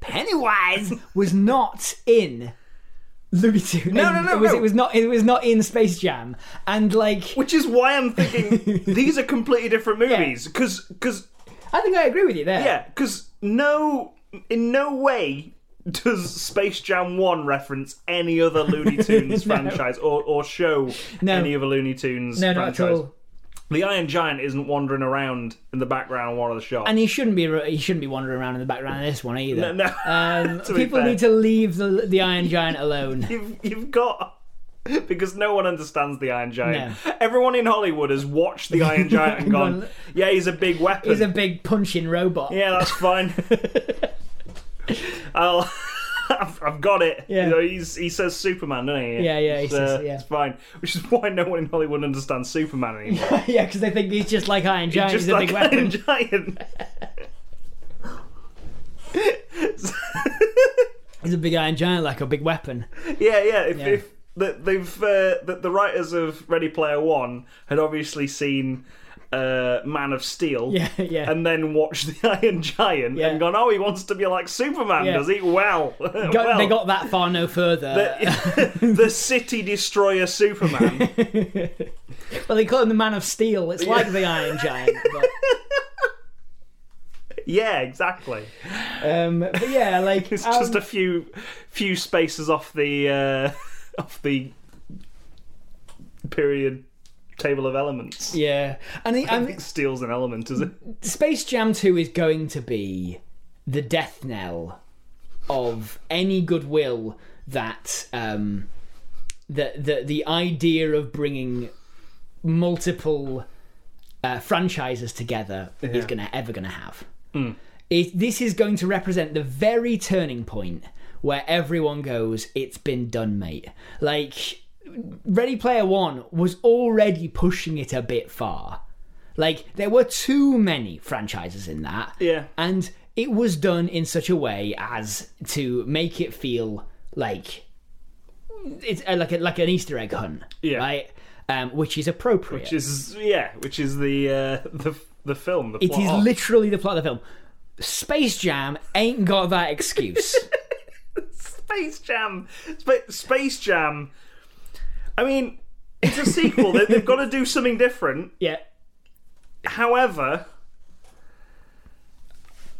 Speaker 2: pennywise was not in Looney Tunes.
Speaker 1: No, no, no,
Speaker 2: It was,
Speaker 1: no.
Speaker 2: it was not. It was not in Space Jam. And like,
Speaker 1: Which is why I'm thinking these are completely different movies. Because, because,
Speaker 2: I think I agree with you there.
Speaker 1: yeah, because no, in no way does Space Jam 1 reference any other Looney Tunes franchise or, or show any other Looney Tunes
Speaker 2: no, not
Speaker 1: franchise.
Speaker 2: at all.
Speaker 1: The Iron Giant isn't wandering around in the background of one of the shots.
Speaker 2: And he shouldn't be. He shouldn't be wandering around in the background of this one either.
Speaker 1: no.
Speaker 2: Um,
Speaker 1: To be
Speaker 2: people
Speaker 1: fair.
Speaker 2: need to leave the the Iron Giant alone.
Speaker 1: You've, you've got. Because no one understands the Iron Giant.
Speaker 2: No.
Speaker 1: Everyone in Hollywood has watched the Iron Giant and gone,
Speaker 2: Gone,
Speaker 1: yeah, he's a big weapon.
Speaker 2: He's a big punching robot.
Speaker 1: Yeah, that's fine. I'll. I've, I've got it.
Speaker 2: Yeah.
Speaker 1: You know, he's, he says Superman, doesn't he?
Speaker 2: Yeah, yeah, he
Speaker 1: It's,
Speaker 2: says- yeah.
Speaker 1: fine. Which is why no one in Hollywood understands Superman anymore.
Speaker 2: yeah, because they think he's just like Iron Giant.
Speaker 1: Just
Speaker 2: Oh, he's a
Speaker 1: like
Speaker 2: big weapon.
Speaker 1: Iron Giant.
Speaker 2: He's a big Iron Giant, like a big weapon.
Speaker 1: Yeah, yeah. If, if the, they've uh, the, the writers of Ready Player One had obviously seen uh, Man of Steel,
Speaker 2: Yeah, yeah.
Speaker 1: and then watched the Iron Giant
Speaker 2: Yeah.
Speaker 1: and gone, "Oh, he wants to be like Superman,
Speaker 2: Yeah.
Speaker 1: does he?" Wow,
Speaker 2: Got-
Speaker 1: well,
Speaker 2: they got that far no further.
Speaker 1: the, the City Destroyer Superman.
Speaker 2: well, they call him the Man of Steel. It's like the Iron Giant. But...
Speaker 1: yeah, exactly.
Speaker 2: Um, but yeah, like
Speaker 1: It's
Speaker 2: um,
Speaker 1: just a few few spaces off the uh, off the period table of elements.
Speaker 2: yeah, and the,
Speaker 1: I
Speaker 2: um,
Speaker 1: think Steel's an element, is it?
Speaker 2: Space Jam Two is going to be the death knell of any goodwill that um, the the the idea of bringing multiple uh, franchises together is gonna ever gonna have. It, this is going to represent the very turning point where everyone goes, "It's been done, mate." Like Ready Player One was already pushing it a bit far. Like there were too many franchises in that.
Speaker 1: Yeah.
Speaker 2: And it was done in such a way as to make it feel like it's uh, like a, like an Easter egg hunt,
Speaker 1: Yeah.
Speaker 2: right? Um, which is appropriate.
Speaker 1: which is yeah, which is the uh, the the film. The
Speaker 2: It
Speaker 1: plot
Speaker 2: is
Speaker 1: of.
Speaker 2: literally the plot of the film. Space Jam ain't got that excuse.
Speaker 1: Space Jam. Spa- Space Jam. I mean, it's a sequel. they, they've got to do something different.
Speaker 2: yeah.
Speaker 1: However,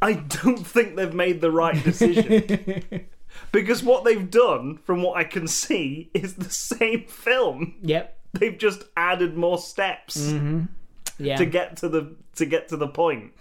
Speaker 1: I don't think they've made the right decision. Because what they've done, from what I can see, is the same film.
Speaker 2: Yep.
Speaker 1: They've just added more steps
Speaker 2: Yeah.
Speaker 1: to get to the to get to the point.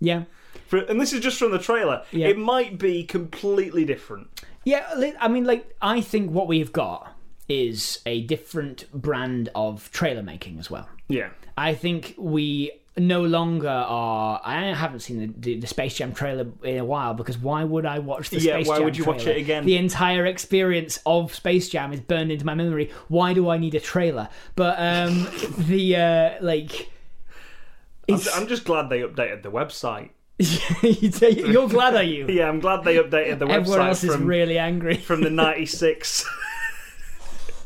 Speaker 2: yeah.
Speaker 1: For, and this is just from the trailer.
Speaker 2: Yeah.
Speaker 1: It might be completely different.
Speaker 2: Yeah, li- I mean, like, I think what we've got is a different brand of trailer making as well.
Speaker 1: Yeah.
Speaker 2: I think we no longer are. I haven't seen the, the, the Space Jam trailer in a while because why would I watch the
Speaker 1: Yeah,
Speaker 2: Space
Speaker 1: why
Speaker 2: Jam
Speaker 1: would you watch
Speaker 2: trailer?
Speaker 1: it again?
Speaker 2: The entire experience of Space Jam is burned into my memory. Why do I need a trailer? But um, the uh, like. It's,
Speaker 1: I'm just glad they updated the website.
Speaker 2: you're glad, are you?
Speaker 1: Yeah, I'm glad they updated the
Speaker 2: Everyone
Speaker 1: website
Speaker 2: else is
Speaker 1: from,
Speaker 2: really angry.
Speaker 1: from the 96.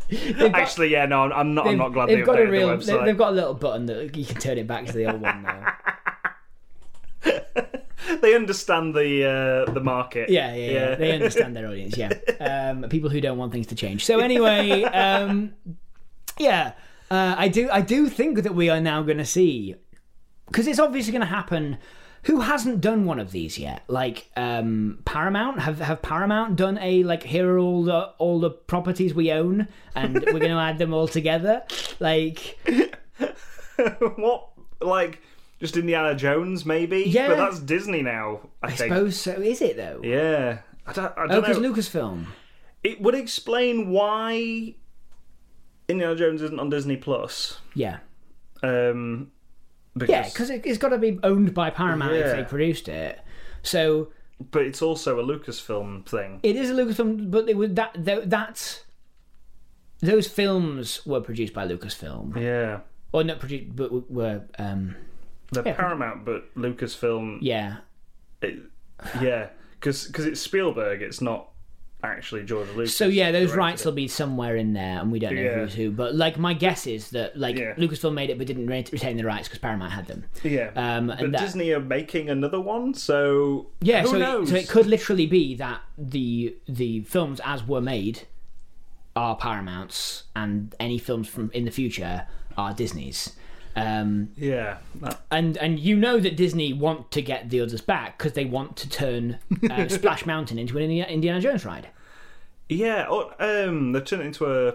Speaker 2: They've got-
Speaker 1: Actually, yeah, no, I'm- I'm not, I'm not glad they
Speaker 2: they've got a
Speaker 1: updated
Speaker 2: real.
Speaker 1: the
Speaker 2: they-
Speaker 1: website.
Speaker 2: They've got a little button that you can turn it back to the old one now.
Speaker 1: They understand the uh, the market.
Speaker 2: Yeah, yeah, yeah. They understand their audience. Yeah, um, people who don't want things to change. So anyway, um, yeah, uh, I do. I do think that we are now going to see because it's obviously going to happen. Who hasn't done one of these yet? Like um, Paramount have have Paramount done a like here are all the all the properties we own and we're going to add them all together. Like
Speaker 1: what like Just Indiana Jones, maybe.
Speaker 2: Yeah.
Speaker 1: but that's Disney now. I,
Speaker 2: I
Speaker 1: think.
Speaker 2: suppose so. Is it though?
Speaker 1: Yeah, I don't, I
Speaker 2: Oh,
Speaker 1: don't know.
Speaker 2: because Lucasfilm.
Speaker 1: it would explain why Indiana Jones isn't on Disney Plus.
Speaker 2: Yeah.
Speaker 1: Um, because,
Speaker 2: Yeah, because it, it's got to be owned by Paramount if
Speaker 1: Yeah.
Speaker 2: they produced it. So
Speaker 1: but it's also a Lucasfilm thing.
Speaker 2: it is a Lucasfilm, but it was that tho- that those films were produced by Lucasfilm,
Speaker 1: Yeah,
Speaker 2: or not produced, but were um,
Speaker 1: they're Paramount, but Lucasfilm.
Speaker 2: yeah,
Speaker 1: it- Yeah, because it's Spielberg. It's not actually George Lucas.
Speaker 2: So yeah, those
Speaker 1: directed
Speaker 2: rights will be somewhere in there, and we don't know
Speaker 1: Yeah.
Speaker 2: who's who. But like, my guess is that like
Speaker 1: Yeah.
Speaker 2: Lucasfilm made it, but didn't re- retain the rights because Paramount had them.
Speaker 1: it. yeah.
Speaker 2: Um,
Speaker 1: but
Speaker 2: and that-
Speaker 1: Disney are making another one, so
Speaker 2: Yeah,
Speaker 1: who
Speaker 2: so
Speaker 1: knows?
Speaker 2: It, so it could literally be that the the films as were made are Paramount's, and any films from in the future are Disney's. Um,
Speaker 1: yeah, that-
Speaker 2: and and you know that Disney want to get the others back because they want to turn uh, Splash Mountain into an Indiana, Indiana Jones ride.
Speaker 1: yeah. Or, um, they turned it into a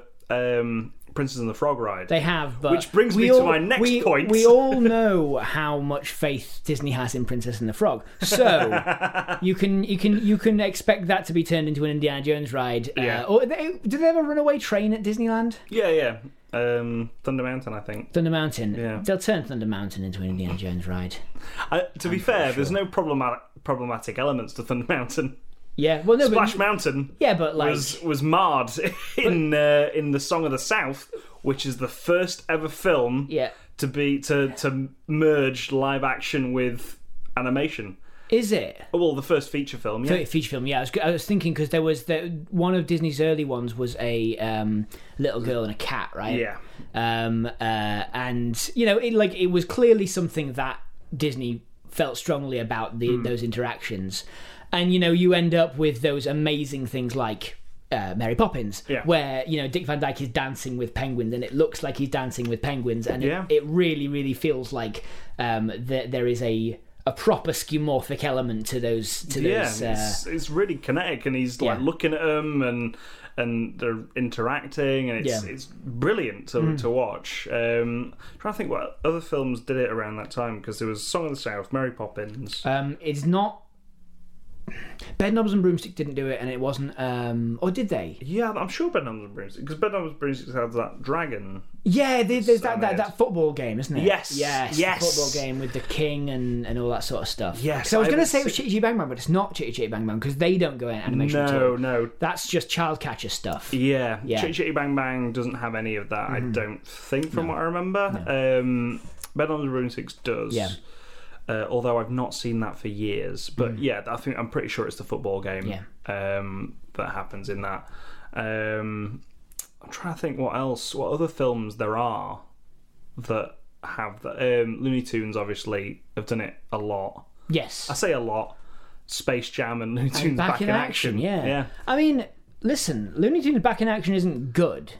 Speaker 1: um, Princess and the Frog ride.
Speaker 2: They have, but
Speaker 1: Which brings
Speaker 2: we
Speaker 1: me to
Speaker 2: all-
Speaker 1: my next
Speaker 2: we-
Speaker 1: point.
Speaker 2: We all know how much faith Disney has in Princess and the Frog, so you can you can you can expect that to be turned into an Indiana Jones ride. Uh,
Speaker 1: Yeah.
Speaker 2: Or they, do they have a runaway train at Disneyland?
Speaker 1: yeah, yeah. Um, Thunder Mountain, I think.
Speaker 2: Thunder Mountain.
Speaker 1: Yeah.
Speaker 2: They'll turn Thunder Mountain into an Indiana Jones ride.
Speaker 1: I, to be fair, there's no problematic problematic elements to Thunder Mountain.
Speaker 2: Yeah. Well, no,
Speaker 1: Splash
Speaker 2: but
Speaker 1: Mountain
Speaker 2: yeah, but like
Speaker 1: was was marred in uh, in the Song of the South, which is the first ever film
Speaker 2: yeah.
Speaker 1: to be to to merge live action with animation.
Speaker 2: Is it?
Speaker 1: Oh, well, the first feature film, yeah.
Speaker 2: Fe- feature film. Yeah, I was, I was thinking because there was the, one of Disney's early ones was a um, little girl and a cat, right?
Speaker 1: Yeah.
Speaker 2: Um, uh, and you know, it like it was clearly something that Disney felt strongly about the,
Speaker 1: Hmm.
Speaker 2: those interactions, and you know, you end up with those amazing things like. Uh, Mary Poppins,
Speaker 1: Yeah.
Speaker 2: where you know Dick Van Dyke is dancing with penguins, and it looks like he's dancing with penguins, and
Speaker 1: Yeah.
Speaker 2: it, it really, really feels like um, that there is a a proper skeuomorphic element to those to
Speaker 1: Yeah,
Speaker 2: those. Uh,
Speaker 1: it's, it's really kinetic, and he's like
Speaker 2: Yeah.
Speaker 1: looking at them, and and they're interacting, and it's
Speaker 2: Yeah. Mm.
Speaker 1: it's brilliant to to watch. Um, trying to think what other films did it around that time because there was Song of the South, Mary Poppins.
Speaker 2: Um, it's not. Bedknobs and Broomstick didn't do it, and it wasn't. Um, or did they?
Speaker 1: yeah, I'm sure Bedknobs and Broomsticks because Bedknobs and Broomsticks had that dragon.
Speaker 2: Yeah, there- there's that, that
Speaker 1: animated.
Speaker 2: that football game, isn't it?
Speaker 1: Yes,
Speaker 2: yes,
Speaker 1: yes.
Speaker 2: the football game with the king and, and all that sort of stuff.
Speaker 1: Yes,
Speaker 2: So I was
Speaker 1: I
Speaker 2: going to
Speaker 1: would
Speaker 2: say it was
Speaker 1: say-
Speaker 2: Chitty Chitty Bang Bang, but it's not Chitty Chitty Bang Bang because they don't go in animation at
Speaker 1: No,
Speaker 2: all.
Speaker 1: no.
Speaker 2: That's just child catcher stuff.
Speaker 1: Yeah,
Speaker 2: Yeah.
Speaker 1: Chitty Chitty Bang Bang doesn't have any of that. I don't think, from what I remember. Um, Bedknobs and Broomsticks does.
Speaker 2: Yeah.
Speaker 1: Uh, although I've not seen that for years, but yeah, I think I'm pretty sure it's the football game
Speaker 2: Mm. Yeah.
Speaker 1: um, that happens in that. Um, I'm trying to think what else, what other films there are that have that. Um, Looney Tunes obviously have done it a lot.
Speaker 2: Yes.
Speaker 1: I say a lot. Space Jam and Looney Tunes
Speaker 2: Oh, back, in, action. Yeah. I mean, listen, Looney Tunes back in action isn't good,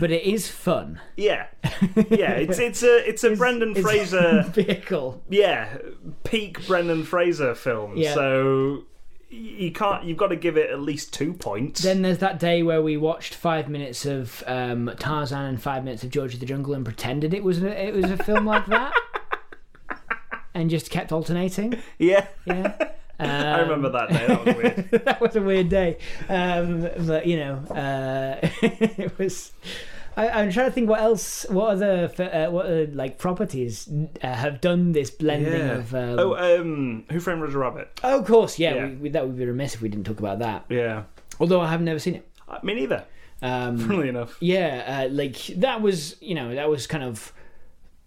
Speaker 2: but it is fun.
Speaker 1: yeah, yeah, yeah. It's it's a it's a Brendan
Speaker 2: it's-
Speaker 1: Fraser
Speaker 2: Vehicle.
Speaker 1: yeah, peak Brendan Fraser film.
Speaker 2: Yeah.
Speaker 1: So you can't. You've got to give it at least two points.
Speaker 2: Then there's that day where we watched five minutes of um, Tarzan and five minutes of George of the Jungle and pretended it was a, it was a film like that, and just kept alternating.
Speaker 1: yeah,
Speaker 2: Yeah,
Speaker 1: I remember that day. That was weird.
Speaker 2: that was a weird day, um, but you know, uh, it was. I, I'm trying to think what else, what other, f- uh, what uh, like properties uh, have done this blending
Speaker 1: Yeah.
Speaker 2: of. Um, oh,
Speaker 1: oh, um, Who Framed Roger Rabbit?
Speaker 2: of course, yeah.
Speaker 1: yeah.
Speaker 2: We, we, that would be remiss if we didn't talk about that.
Speaker 1: Yeah,
Speaker 2: Although I have never seen it.
Speaker 1: I- Uh, me neither.
Speaker 2: Um,
Speaker 1: Funnily enough.
Speaker 2: yeah uh, like that was you know that was kind of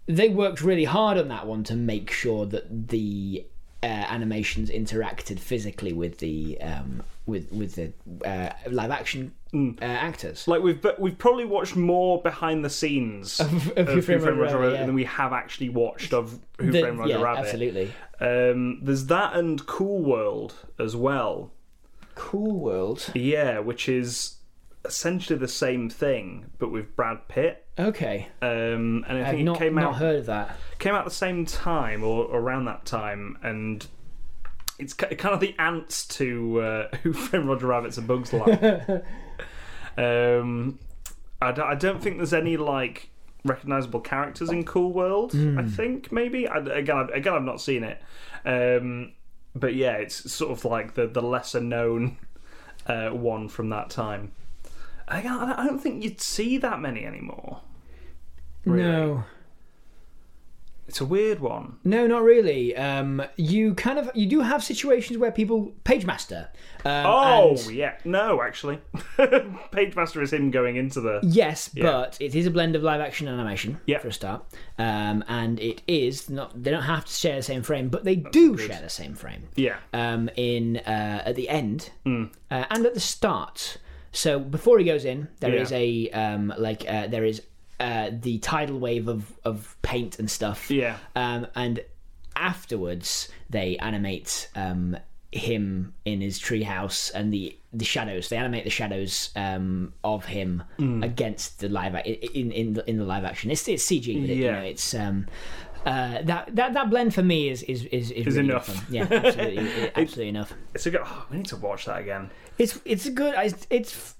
Speaker 2: they worked really hard on that one to make sure that the uh, animations interacted physically with the um, with with the uh, live action
Speaker 1: Mm.
Speaker 2: uh, actors
Speaker 1: Like we've but we've probably watched more behind the scenes of,
Speaker 2: Who
Speaker 1: Who
Speaker 2: Framed
Speaker 1: Framed
Speaker 2: Roger
Speaker 1: Roger
Speaker 2: Rabbit,
Speaker 1: Rabbit
Speaker 2: yeah.
Speaker 1: than we have actually watched of Who
Speaker 2: The-
Speaker 1: Framed Roger
Speaker 2: yeah,
Speaker 1: Rabbit.
Speaker 2: absolutely
Speaker 1: Um, there's that and Cool World as well.
Speaker 2: cool world
Speaker 1: Yeah, which is essentially the same thing, but with Brad Pitt.
Speaker 2: okay
Speaker 1: Um, and I
Speaker 2: i've
Speaker 1: think
Speaker 2: not,
Speaker 1: it came
Speaker 2: not
Speaker 1: out
Speaker 2: heard of that
Speaker 1: came out the same time or around that time, and it's ki- kind of the ants to uh, Who Framed Roger Rabbit's and Bugs Life. um, I, d- I don't think there's any like recognizable characters in Cool World. I think maybe I, again I've, again I've not seen it, um, but yeah, it's sort of like the the lesser known uh, one from that time. Again, I don't- I don't think you'd see that many anymore. Really.
Speaker 2: No,
Speaker 1: It's a weird one.
Speaker 2: no, not really. Um, you kind of you do have situations where people page master. Um,
Speaker 1: Oh
Speaker 2: and-
Speaker 1: yeah, no, actually, Pagemaster is him going into the.
Speaker 2: Yes, but it is a blend of live action and animation
Speaker 1: Yeah.
Speaker 2: for a start, um, and it is not. They don't have to share the same frame, but they do share the same frame.
Speaker 1: Yeah, Mm.
Speaker 2: um, in uh, at the end uh, and at the start. So before he goes in, there
Speaker 1: Yeah.
Speaker 2: is a um, like uh, there is uh, the tidal wave of of paint and stuff.
Speaker 1: Yeah.
Speaker 2: um, and afterwards they animate um, him in his treehouse and the the shadows. They animate the shadows um, of him
Speaker 1: Mm.
Speaker 2: against the live ac- in in the, in the live action. It's it's CG. But it, you
Speaker 1: Yeah.
Speaker 2: know, it's. Um, uh, that, that that blend for me is is is, is
Speaker 1: Is
Speaker 2: really
Speaker 1: enough.
Speaker 2: fun. Yeah, absolutely, i- absolutely enough.
Speaker 1: it's a good. Oh, we need to watch that again.
Speaker 2: It's it's a good. It's, it's f-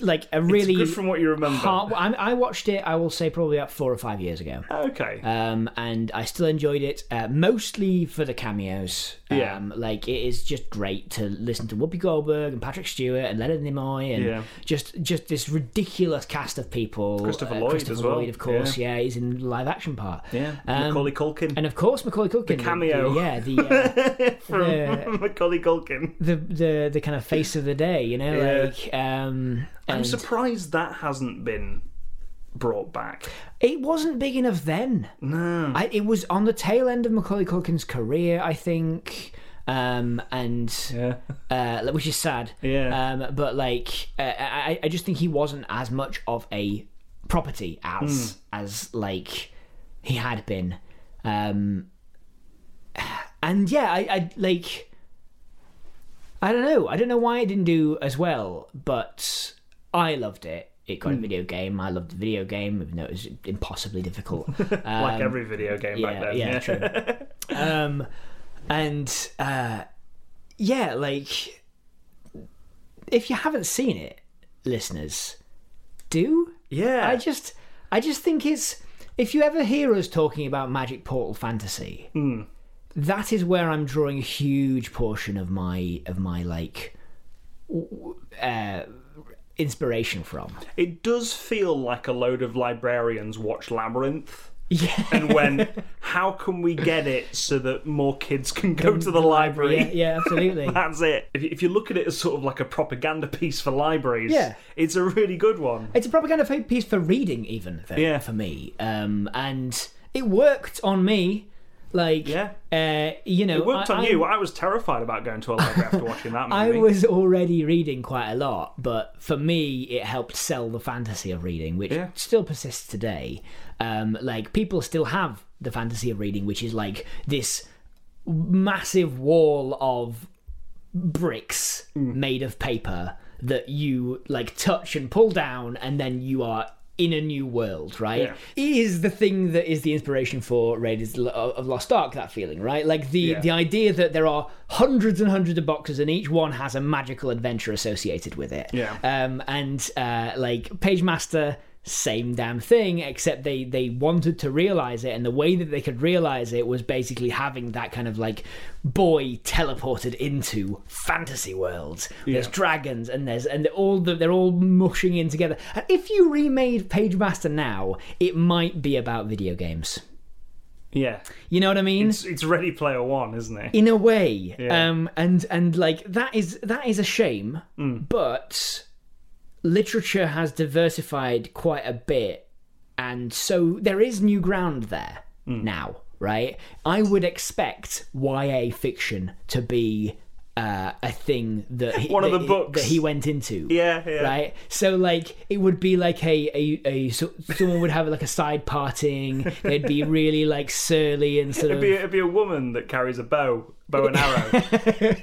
Speaker 2: like a
Speaker 1: It's
Speaker 2: really
Speaker 1: good from what you remember.
Speaker 2: hard. I, I watched it. I will say probably about four or five years ago.
Speaker 1: Okay.
Speaker 2: Um, and I still enjoyed it, uh, mostly for the cameos. Um,
Speaker 1: Yeah.
Speaker 2: like it is just great to listen to Whoopi Goldberg and Patrick Stewart and Leonard Nimoy and
Speaker 1: Yeah.
Speaker 2: just just this ridiculous cast of people. Uh,
Speaker 1: Christopher Lloyd
Speaker 2: Christopher
Speaker 1: as well.
Speaker 2: Lloyd, of course. Yeah. he's in the live action part.
Speaker 1: yeah,
Speaker 2: Um,
Speaker 1: Macaulay Culkin.
Speaker 2: And of course, Macaulay Culkin. The
Speaker 1: cameo.
Speaker 2: the- yeah, the uh,
Speaker 1: from
Speaker 2: Yeah.
Speaker 1: Macaulay Culkin.
Speaker 2: the the the kind of face of the day, you know,
Speaker 1: Yeah.
Speaker 2: like um
Speaker 1: I'm
Speaker 2: and
Speaker 1: surprised that hasn't been brought back.
Speaker 2: it wasn't big enough then.
Speaker 1: No.
Speaker 2: I, it was on the tail end of Macaulay Culkin's career, I think. Um and
Speaker 1: Yeah.
Speaker 2: uh which is sad.
Speaker 1: Yeah.
Speaker 2: Um but like uh, I I just think he wasn't as much of a property as as like he had been. Um and yeah, I, I like I don't know. I don't know why it didn't do as well, but I loved it. It got a video game. I loved the video game, even though it was impossibly difficult. Um,
Speaker 1: like every video game back
Speaker 2: yeah,
Speaker 1: then.
Speaker 2: yeah, true. um, and uh, yeah, like if you haven't seen it, listeners, do
Speaker 1: Yeah.
Speaker 2: I just, I just think it's if you ever hear us talking about Magic Portal Fantasy, that is where I'm drawing a huge portion of my of my like w- uh, inspiration from.
Speaker 1: It does feel like a load of librarians watched Labyrinth
Speaker 2: Yeah,
Speaker 1: and went, how can we get it so that more kids can go to the library?
Speaker 2: yeah, yeah, absolutely.
Speaker 1: That's it. If you, if you look at it as sort of like a propaganda piece for libraries,
Speaker 2: Yeah.
Speaker 1: it's a really good one.
Speaker 2: It's a propaganda f- piece for reading, even though,
Speaker 1: Yeah.
Speaker 2: for me, um, and it worked on me. Like,
Speaker 1: Yeah.
Speaker 2: uh, you know,
Speaker 1: It worked
Speaker 2: I,
Speaker 1: on
Speaker 2: I-
Speaker 1: you. I was terrified about going to a library after watching that
Speaker 2: I
Speaker 1: movie.
Speaker 2: was already reading quite a lot, but for me, it helped sell the fantasy of reading, which
Speaker 1: Yeah.
Speaker 2: still persists today. Um, like people still have the fantasy of reading, which is like this massive wall of bricks
Speaker 1: Mm.
Speaker 2: made of paper that you like touch and pull down, and then you are in a new world, right?
Speaker 1: Yeah.
Speaker 2: It Is the thing that is the inspiration for Raiders of- of Lost Ark that feeling, right? Like the
Speaker 1: Yeah.
Speaker 2: the idea that there are hundreds and hundreds of boxes, and each one has a magical adventure associated with it.
Speaker 1: Yeah.
Speaker 2: Um, and uh, like Pagemaster, same damn thing, except they they wanted to realize it, and the way that they could realize it was basically having that kind of like boy teleported into fantasy worlds. There's dragons, and there's and they're all the, they're all mushing in together. And if you remade Pagemaster now, it might be about video games.
Speaker 1: Yeah.
Speaker 2: You know what I mean?
Speaker 1: It's, it's Ready Player One, isn't it?
Speaker 2: in a way um and and like that is that is a shame
Speaker 1: Mm.
Speaker 2: but literature has diversified quite a bit and so there is new ground there
Speaker 1: Mm.
Speaker 2: now right i would expect ya fiction to be uh, a thing that he,
Speaker 1: One of
Speaker 2: that
Speaker 1: the
Speaker 2: he-
Speaker 1: books.
Speaker 2: that he went into
Speaker 1: Yeah, yeah.
Speaker 2: right so like it would be like a a, a so, someone would have like a side parting they'd be really like surly and sort of
Speaker 1: It'd be, it'd be a woman that carries a bow, bow and arrow.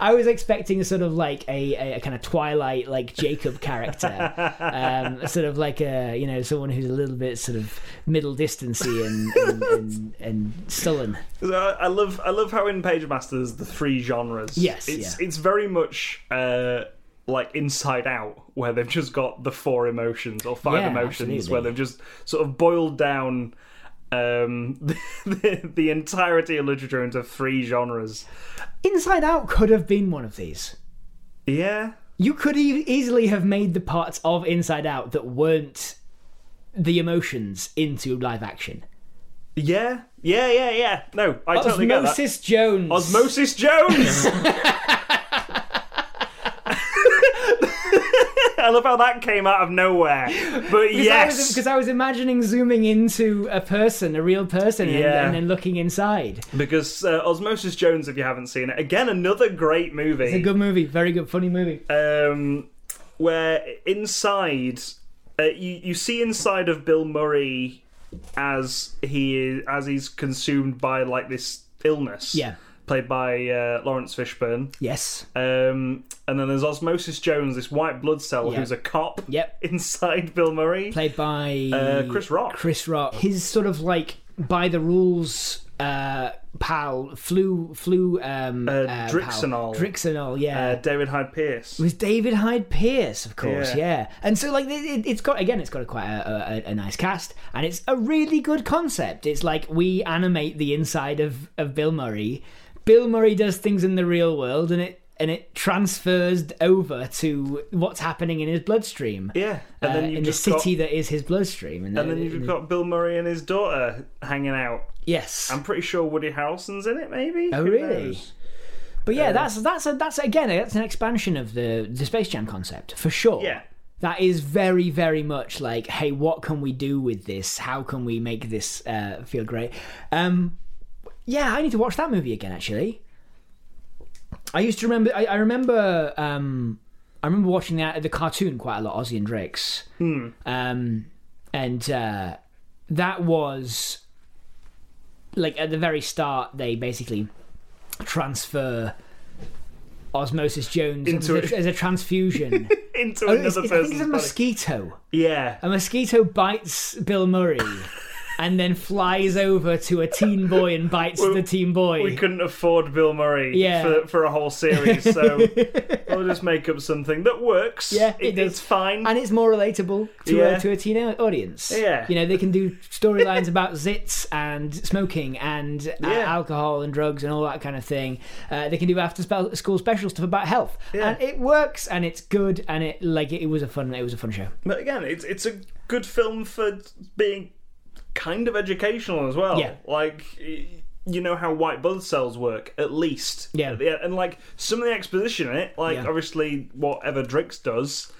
Speaker 2: I was expecting sort of like a, a, kind of Twilight like Jacob character, um, sort of like a you know someone who's a little bit sort of middle distancy and and, and, and sullen.
Speaker 1: so I I love, I love how in Page Masters the three genres.
Speaker 2: Yes,
Speaker 1: it's it's very much uh, like Inside Out, where they've just got the four emotions or five
Speaker 2: Yeah,
Speaker 1: emotions,
Speaker 2: absolutely.
Speaker 1: where they've just sort of boiled down um, the, the, the entirety of literature into three genres.
Speaker 2: Inside Out could have been one of these.
Speaker 1: Yeah,
Speaker 2: You could e- easily have made the parts of Inside Out that weren't the emotions into live action.
Speaker 1: yeah, yeah, yeah, yeah. No, I totally get that.
Speaker 2: Osmosis Jones.
Speaker 1: Osmosis Jones. I love how that came out of nowhere. But yes,
Speaker 2: Because I, was imagining zooming into a person, a real person, and,
Speaker 1: Yeah.
Speaker 2: and then looking inside.
Speaker 1: because uh, Osmosis Jones, if you haven't seen it, again another great movie.
Speaker 2: It's a good movie, very good, funny movie.
Speaker 1: um, where inside uh, you you see inside of Bill Murray as he is as he's consumed by like this illness.
Speaker 2: Yeah.
Speaker 1: Played by uh, Lawrence Fishburne,
Speaker 2: yes.
Speaker 1: um, and then there's Osmosis Jones, this white blood cell
Speaker 2: Yeah.
Speaker 1: who's a cop.
Speaker 2: Yep.
Speaker 1: Inside Bill Murray,
Speaker 2: Played by
Speaker 1: uh, Chris Rock.
Speaker 2: Chris Rock. His sort of like by the rules uh, pal flew flew um, uh, pal.
Speaker 1: Drixenol.
Speaker 2: Drixenol, yeah.
Speaker 1: uh, David Hyde Pierce.
Speaker 2: It was David Hyde Pierce, of course,
Speaker 1: Yeah.
Speaker 2: yeah. And so, like, it, it- it's got again, it's got a quite a, a, a nice cast, and it's a really good concept. It's like we animate the inside of, of Bill Murray. Bill Murray does things in the real world, and it and it transfers over to what's happening in his bloodstream.
Speaker 1: Yeah, and
Speaker 2: uh,
Speaker 1: then you've
Speaker 2: in the
Speaker 1: just got-
Speaker 2: city that is his bloodstream, and,
Speaker 1: and then you've
Speaker 2: and-
Speaker 1: got Bill Murray and his daughter hanging out.
Speaker 2: yes,
Speaker 1: I'm pretty sure Woody Harrelson's in it, maybe.
Speaker 2: Oh,
Speaker 1: Who
Speaker 2: really?
Speaker 1: knows?
Speaker 2: but yeah, that's that's a, that's again, that's an expansion of the the Space Jam concept for sure.
Speaker 1: Yeah.
Speaker 2: that is very very much like hey what can we do with this how can we make this uh, feel great um yeah i need to watch that movie again actually i used to remember i, I remember um i remember watching that the cartoon quite a lot ozzy and drake's
Speaker 1: Hmm.
Speaker 2: um and uh that was like at the very start they basically transfer osmosis jones
Speaker 1: Into
Speaker 2: as a-
Speaker 1: it.
Speaker 2: as a transfusion
Speaker 1: Into
Speaker 2: Oh, it's-
Speaker 1: another
Speaker 2: it's- I think
Speaker 1: person's
Speaker 2: it's a
Speaker 1: body.
Speaker 2: mosquito.
Speaker 1: Yeah.
Speaker 2: A mosquito bites Bill Murray and then flies over to a teen boy and bites the teen boy.
Speaker 1: We couldn't afford Bill Murray
Speaker 2: Yeah.
Speaker 1: for, for a whole series, so we'll just make up something that works.
Speaker 2: Yeah, it does.
Speaker 1: it's fine.
Speaker 2: and it's more relatable to,
Speaker 1: Yeah.
Speaker 2: a, to a teen au- audience.
Speaker 1: Yeah.
Speaker 2: You know, they can do storylines about zits and smoking and uh,
Speaker 1: Yeah.
Speaker 2: alcohol and drugs and all that kind of thing. Uh, they can do after spe- school special stuff about health.
Speaker 1: Yeah.
Speaker 2: And it works and it's good and it like it, it was a fun it was a fun show.
Speaker 1: But again, it's it's a good film for being kind of educational as well.
Speaker 2: Yeah.
Speaker 1: Like y- you know how white blood cells work, at least.
Speaker 2: Yeah.
Speaker 1: At the- And like some of the exposition in it, like
Speaker 2: Yeah.
Speaker 1: obviously whatever Drix does.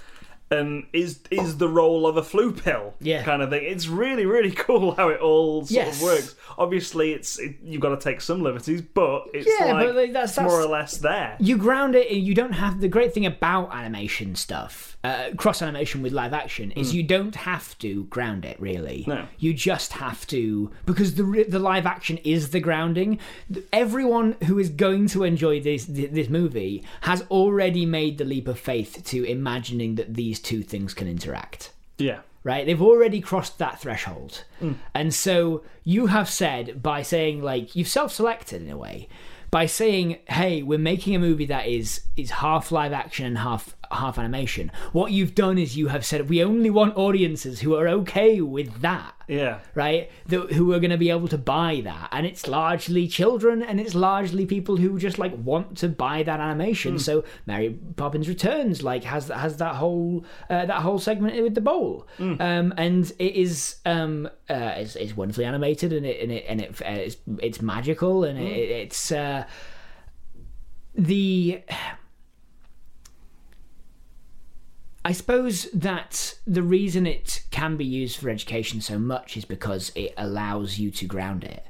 Speaker 1: Um, is is the role of a flu pill
Speaker 2: Yeah.
Speaker 1: kind of thing? It's really really cool how it all sort
Speaker 2: Yes.
Speaker 1: of works. Obviously, it's it, you've got to take some liberties, but it's
Speaker 2: Yeah,
Speaker 1: like,
Speaker 2: but, like, that's-
Speaker 1: it's more
Speaker 2: that's-
Speaker 1: or less there.
Speaker 2: you ground it you don't have the great thing about animation stuff uh, cross animation with live action is you don't have to ground it really
Speaker 1: No.
Speaker 2: you just have to because the re- the live action is the grounding Th- everyone who is going to enjoy this th- this movie has already made the leap of faith to imagining that these two things can interact
Speaker 1: Yeah,
Speaker 2: right? They've already crossed that threshold. And so you have said by saying like you've self-selected in a way by saying, "Hey, we're making a movie that is is half live action and half half animation." What you've done is you have said we only want audiences who are okay with that
Speaker 1: yeah,
Speaker 2: right? Th who are going to be able to buy that. And it's largely children and it's largely people who just like want to buy that animation. So Mary Poppins Returns like has has that whole uh, that whole segment with the bowl. Um, and it is um uh, it's, it's wonderfully animated and it and it and it uh, it's, it's magical and it, it's uh the I suppose that the reason it can be used for education so much is because it allows you to ground it,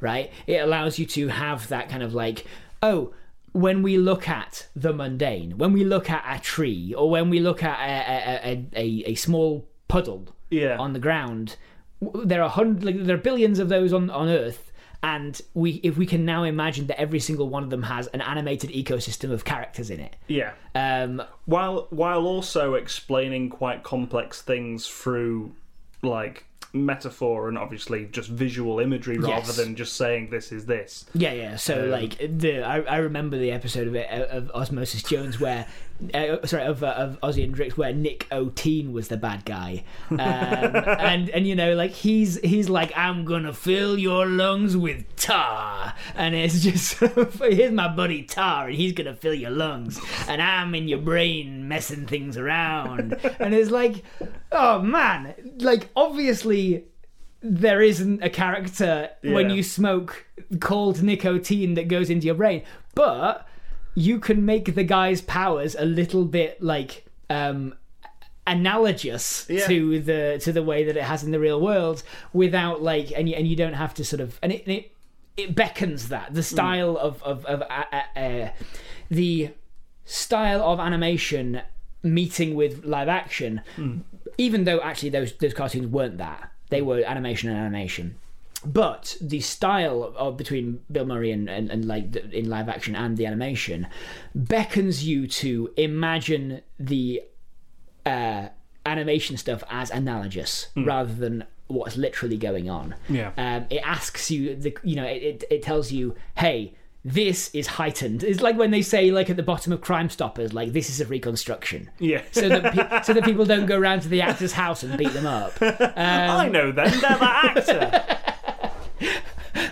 Speaker 2: right? It allows you to have that kind of like, oh, when we look at the mundane, when we look at a tree, or when we look at a, a, a, a, a small puddle
Speaker 1: Yeah.
Speaker 2: on the ground, w- there are hundred, like, there are billions of those on, on Earth. And we, if we can now imagine that every single one of them has an animated ecosystem of characters in it,
Speaker 1: yeah.
Speaker 2: um,
Speaker 1: while while also explaining quite complex things through like metaphor and obviously just visual imagery rather
Speaker 2: Yes.
Speaker 1: than just saying this is this.
Speaker 2: Yeah, yeah. So
Speaker 1: Um,
Speaker 2: like the I, I remember the episode of it uh, of Osmosis Jones where uh, sorry of uh, of Ozzy and Drix where Nick O'Teen was the bad guy, um, and and you know like he's he's like I'm gonna fill your lungs with tar, and it's just here's my buddy Tar and he's gonna fill your lungs, and I'm in your brain messing things around, and it's like oh man, like obviously there isn't a character when
Speaker 1: Yeah.
Speaker 2: you smoke called nicotine that goes into your brain, but you can make the guy's powers a little bit like um, analogous
Speaker 1: Yeah.
Speaker 2: to the to the way that it has in the real world without like and you, and you don't have to sort of and it and it, it beckons that
Speaker 1: Mm.
Speaker 2: the style of of of uh, uh, uh, the style of animation meeting with live action, even though actually those those cartoons weren't that. They were animation and animation. But the style of between Bill Murray and, and, and like the, in live action and the animation beckons you to imagine the uh, animation stuff as analogous rather than what's literally going on.
Speaker 1: Yeah.
Speaker 2: Um, it asks you the you know it, it, it tells you hey this is heightened. It's like when they say like at the bottom of Crime Stoppers like this is a reconstruction.
Speaker 1: Yeah.
Speaker 2: So that pe- so that people don't go round to the actor's house and beat them up.
Speaker 1: I know them. They're that actor.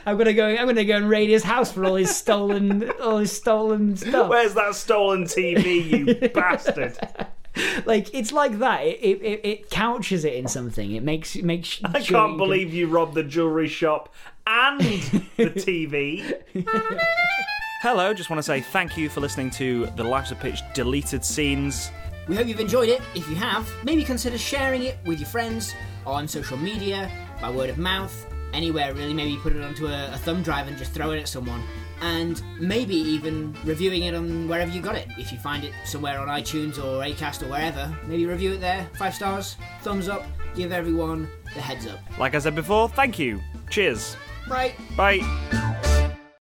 Speaker 2: I'm gonna go. I'm gonna go and raid his house for all his stolen, all his stolen stuff.
Speaker 1: Where's that stolen TV, you bastard?
Speaker 2: like it's like that. It, it, it, it couches it in something. It makes it makes.
Speaker 1: I can't believe you robbed the jewelry shop and the TV. Hello, just want to say thank you for listening to the Lives of Pitch deleted scenes.
Speaker 2: We hope you've enjoyed it. If you have, maybe consider sharing it with your friends on social media, by word of mouth, anywhere really. Maybe put it onto a, a thumb drive and just throw it at someone. And maybe even reviewing it on wherever you got it. If you find it somewhere on iTunes or Acast or wherever, maybe review it there. Five stars, thumbs up, give everyone the heads up.
Speaker 1: Like I said before, thank you. Cheers.
Speaker 2: Right.
Speaker 1: Bye.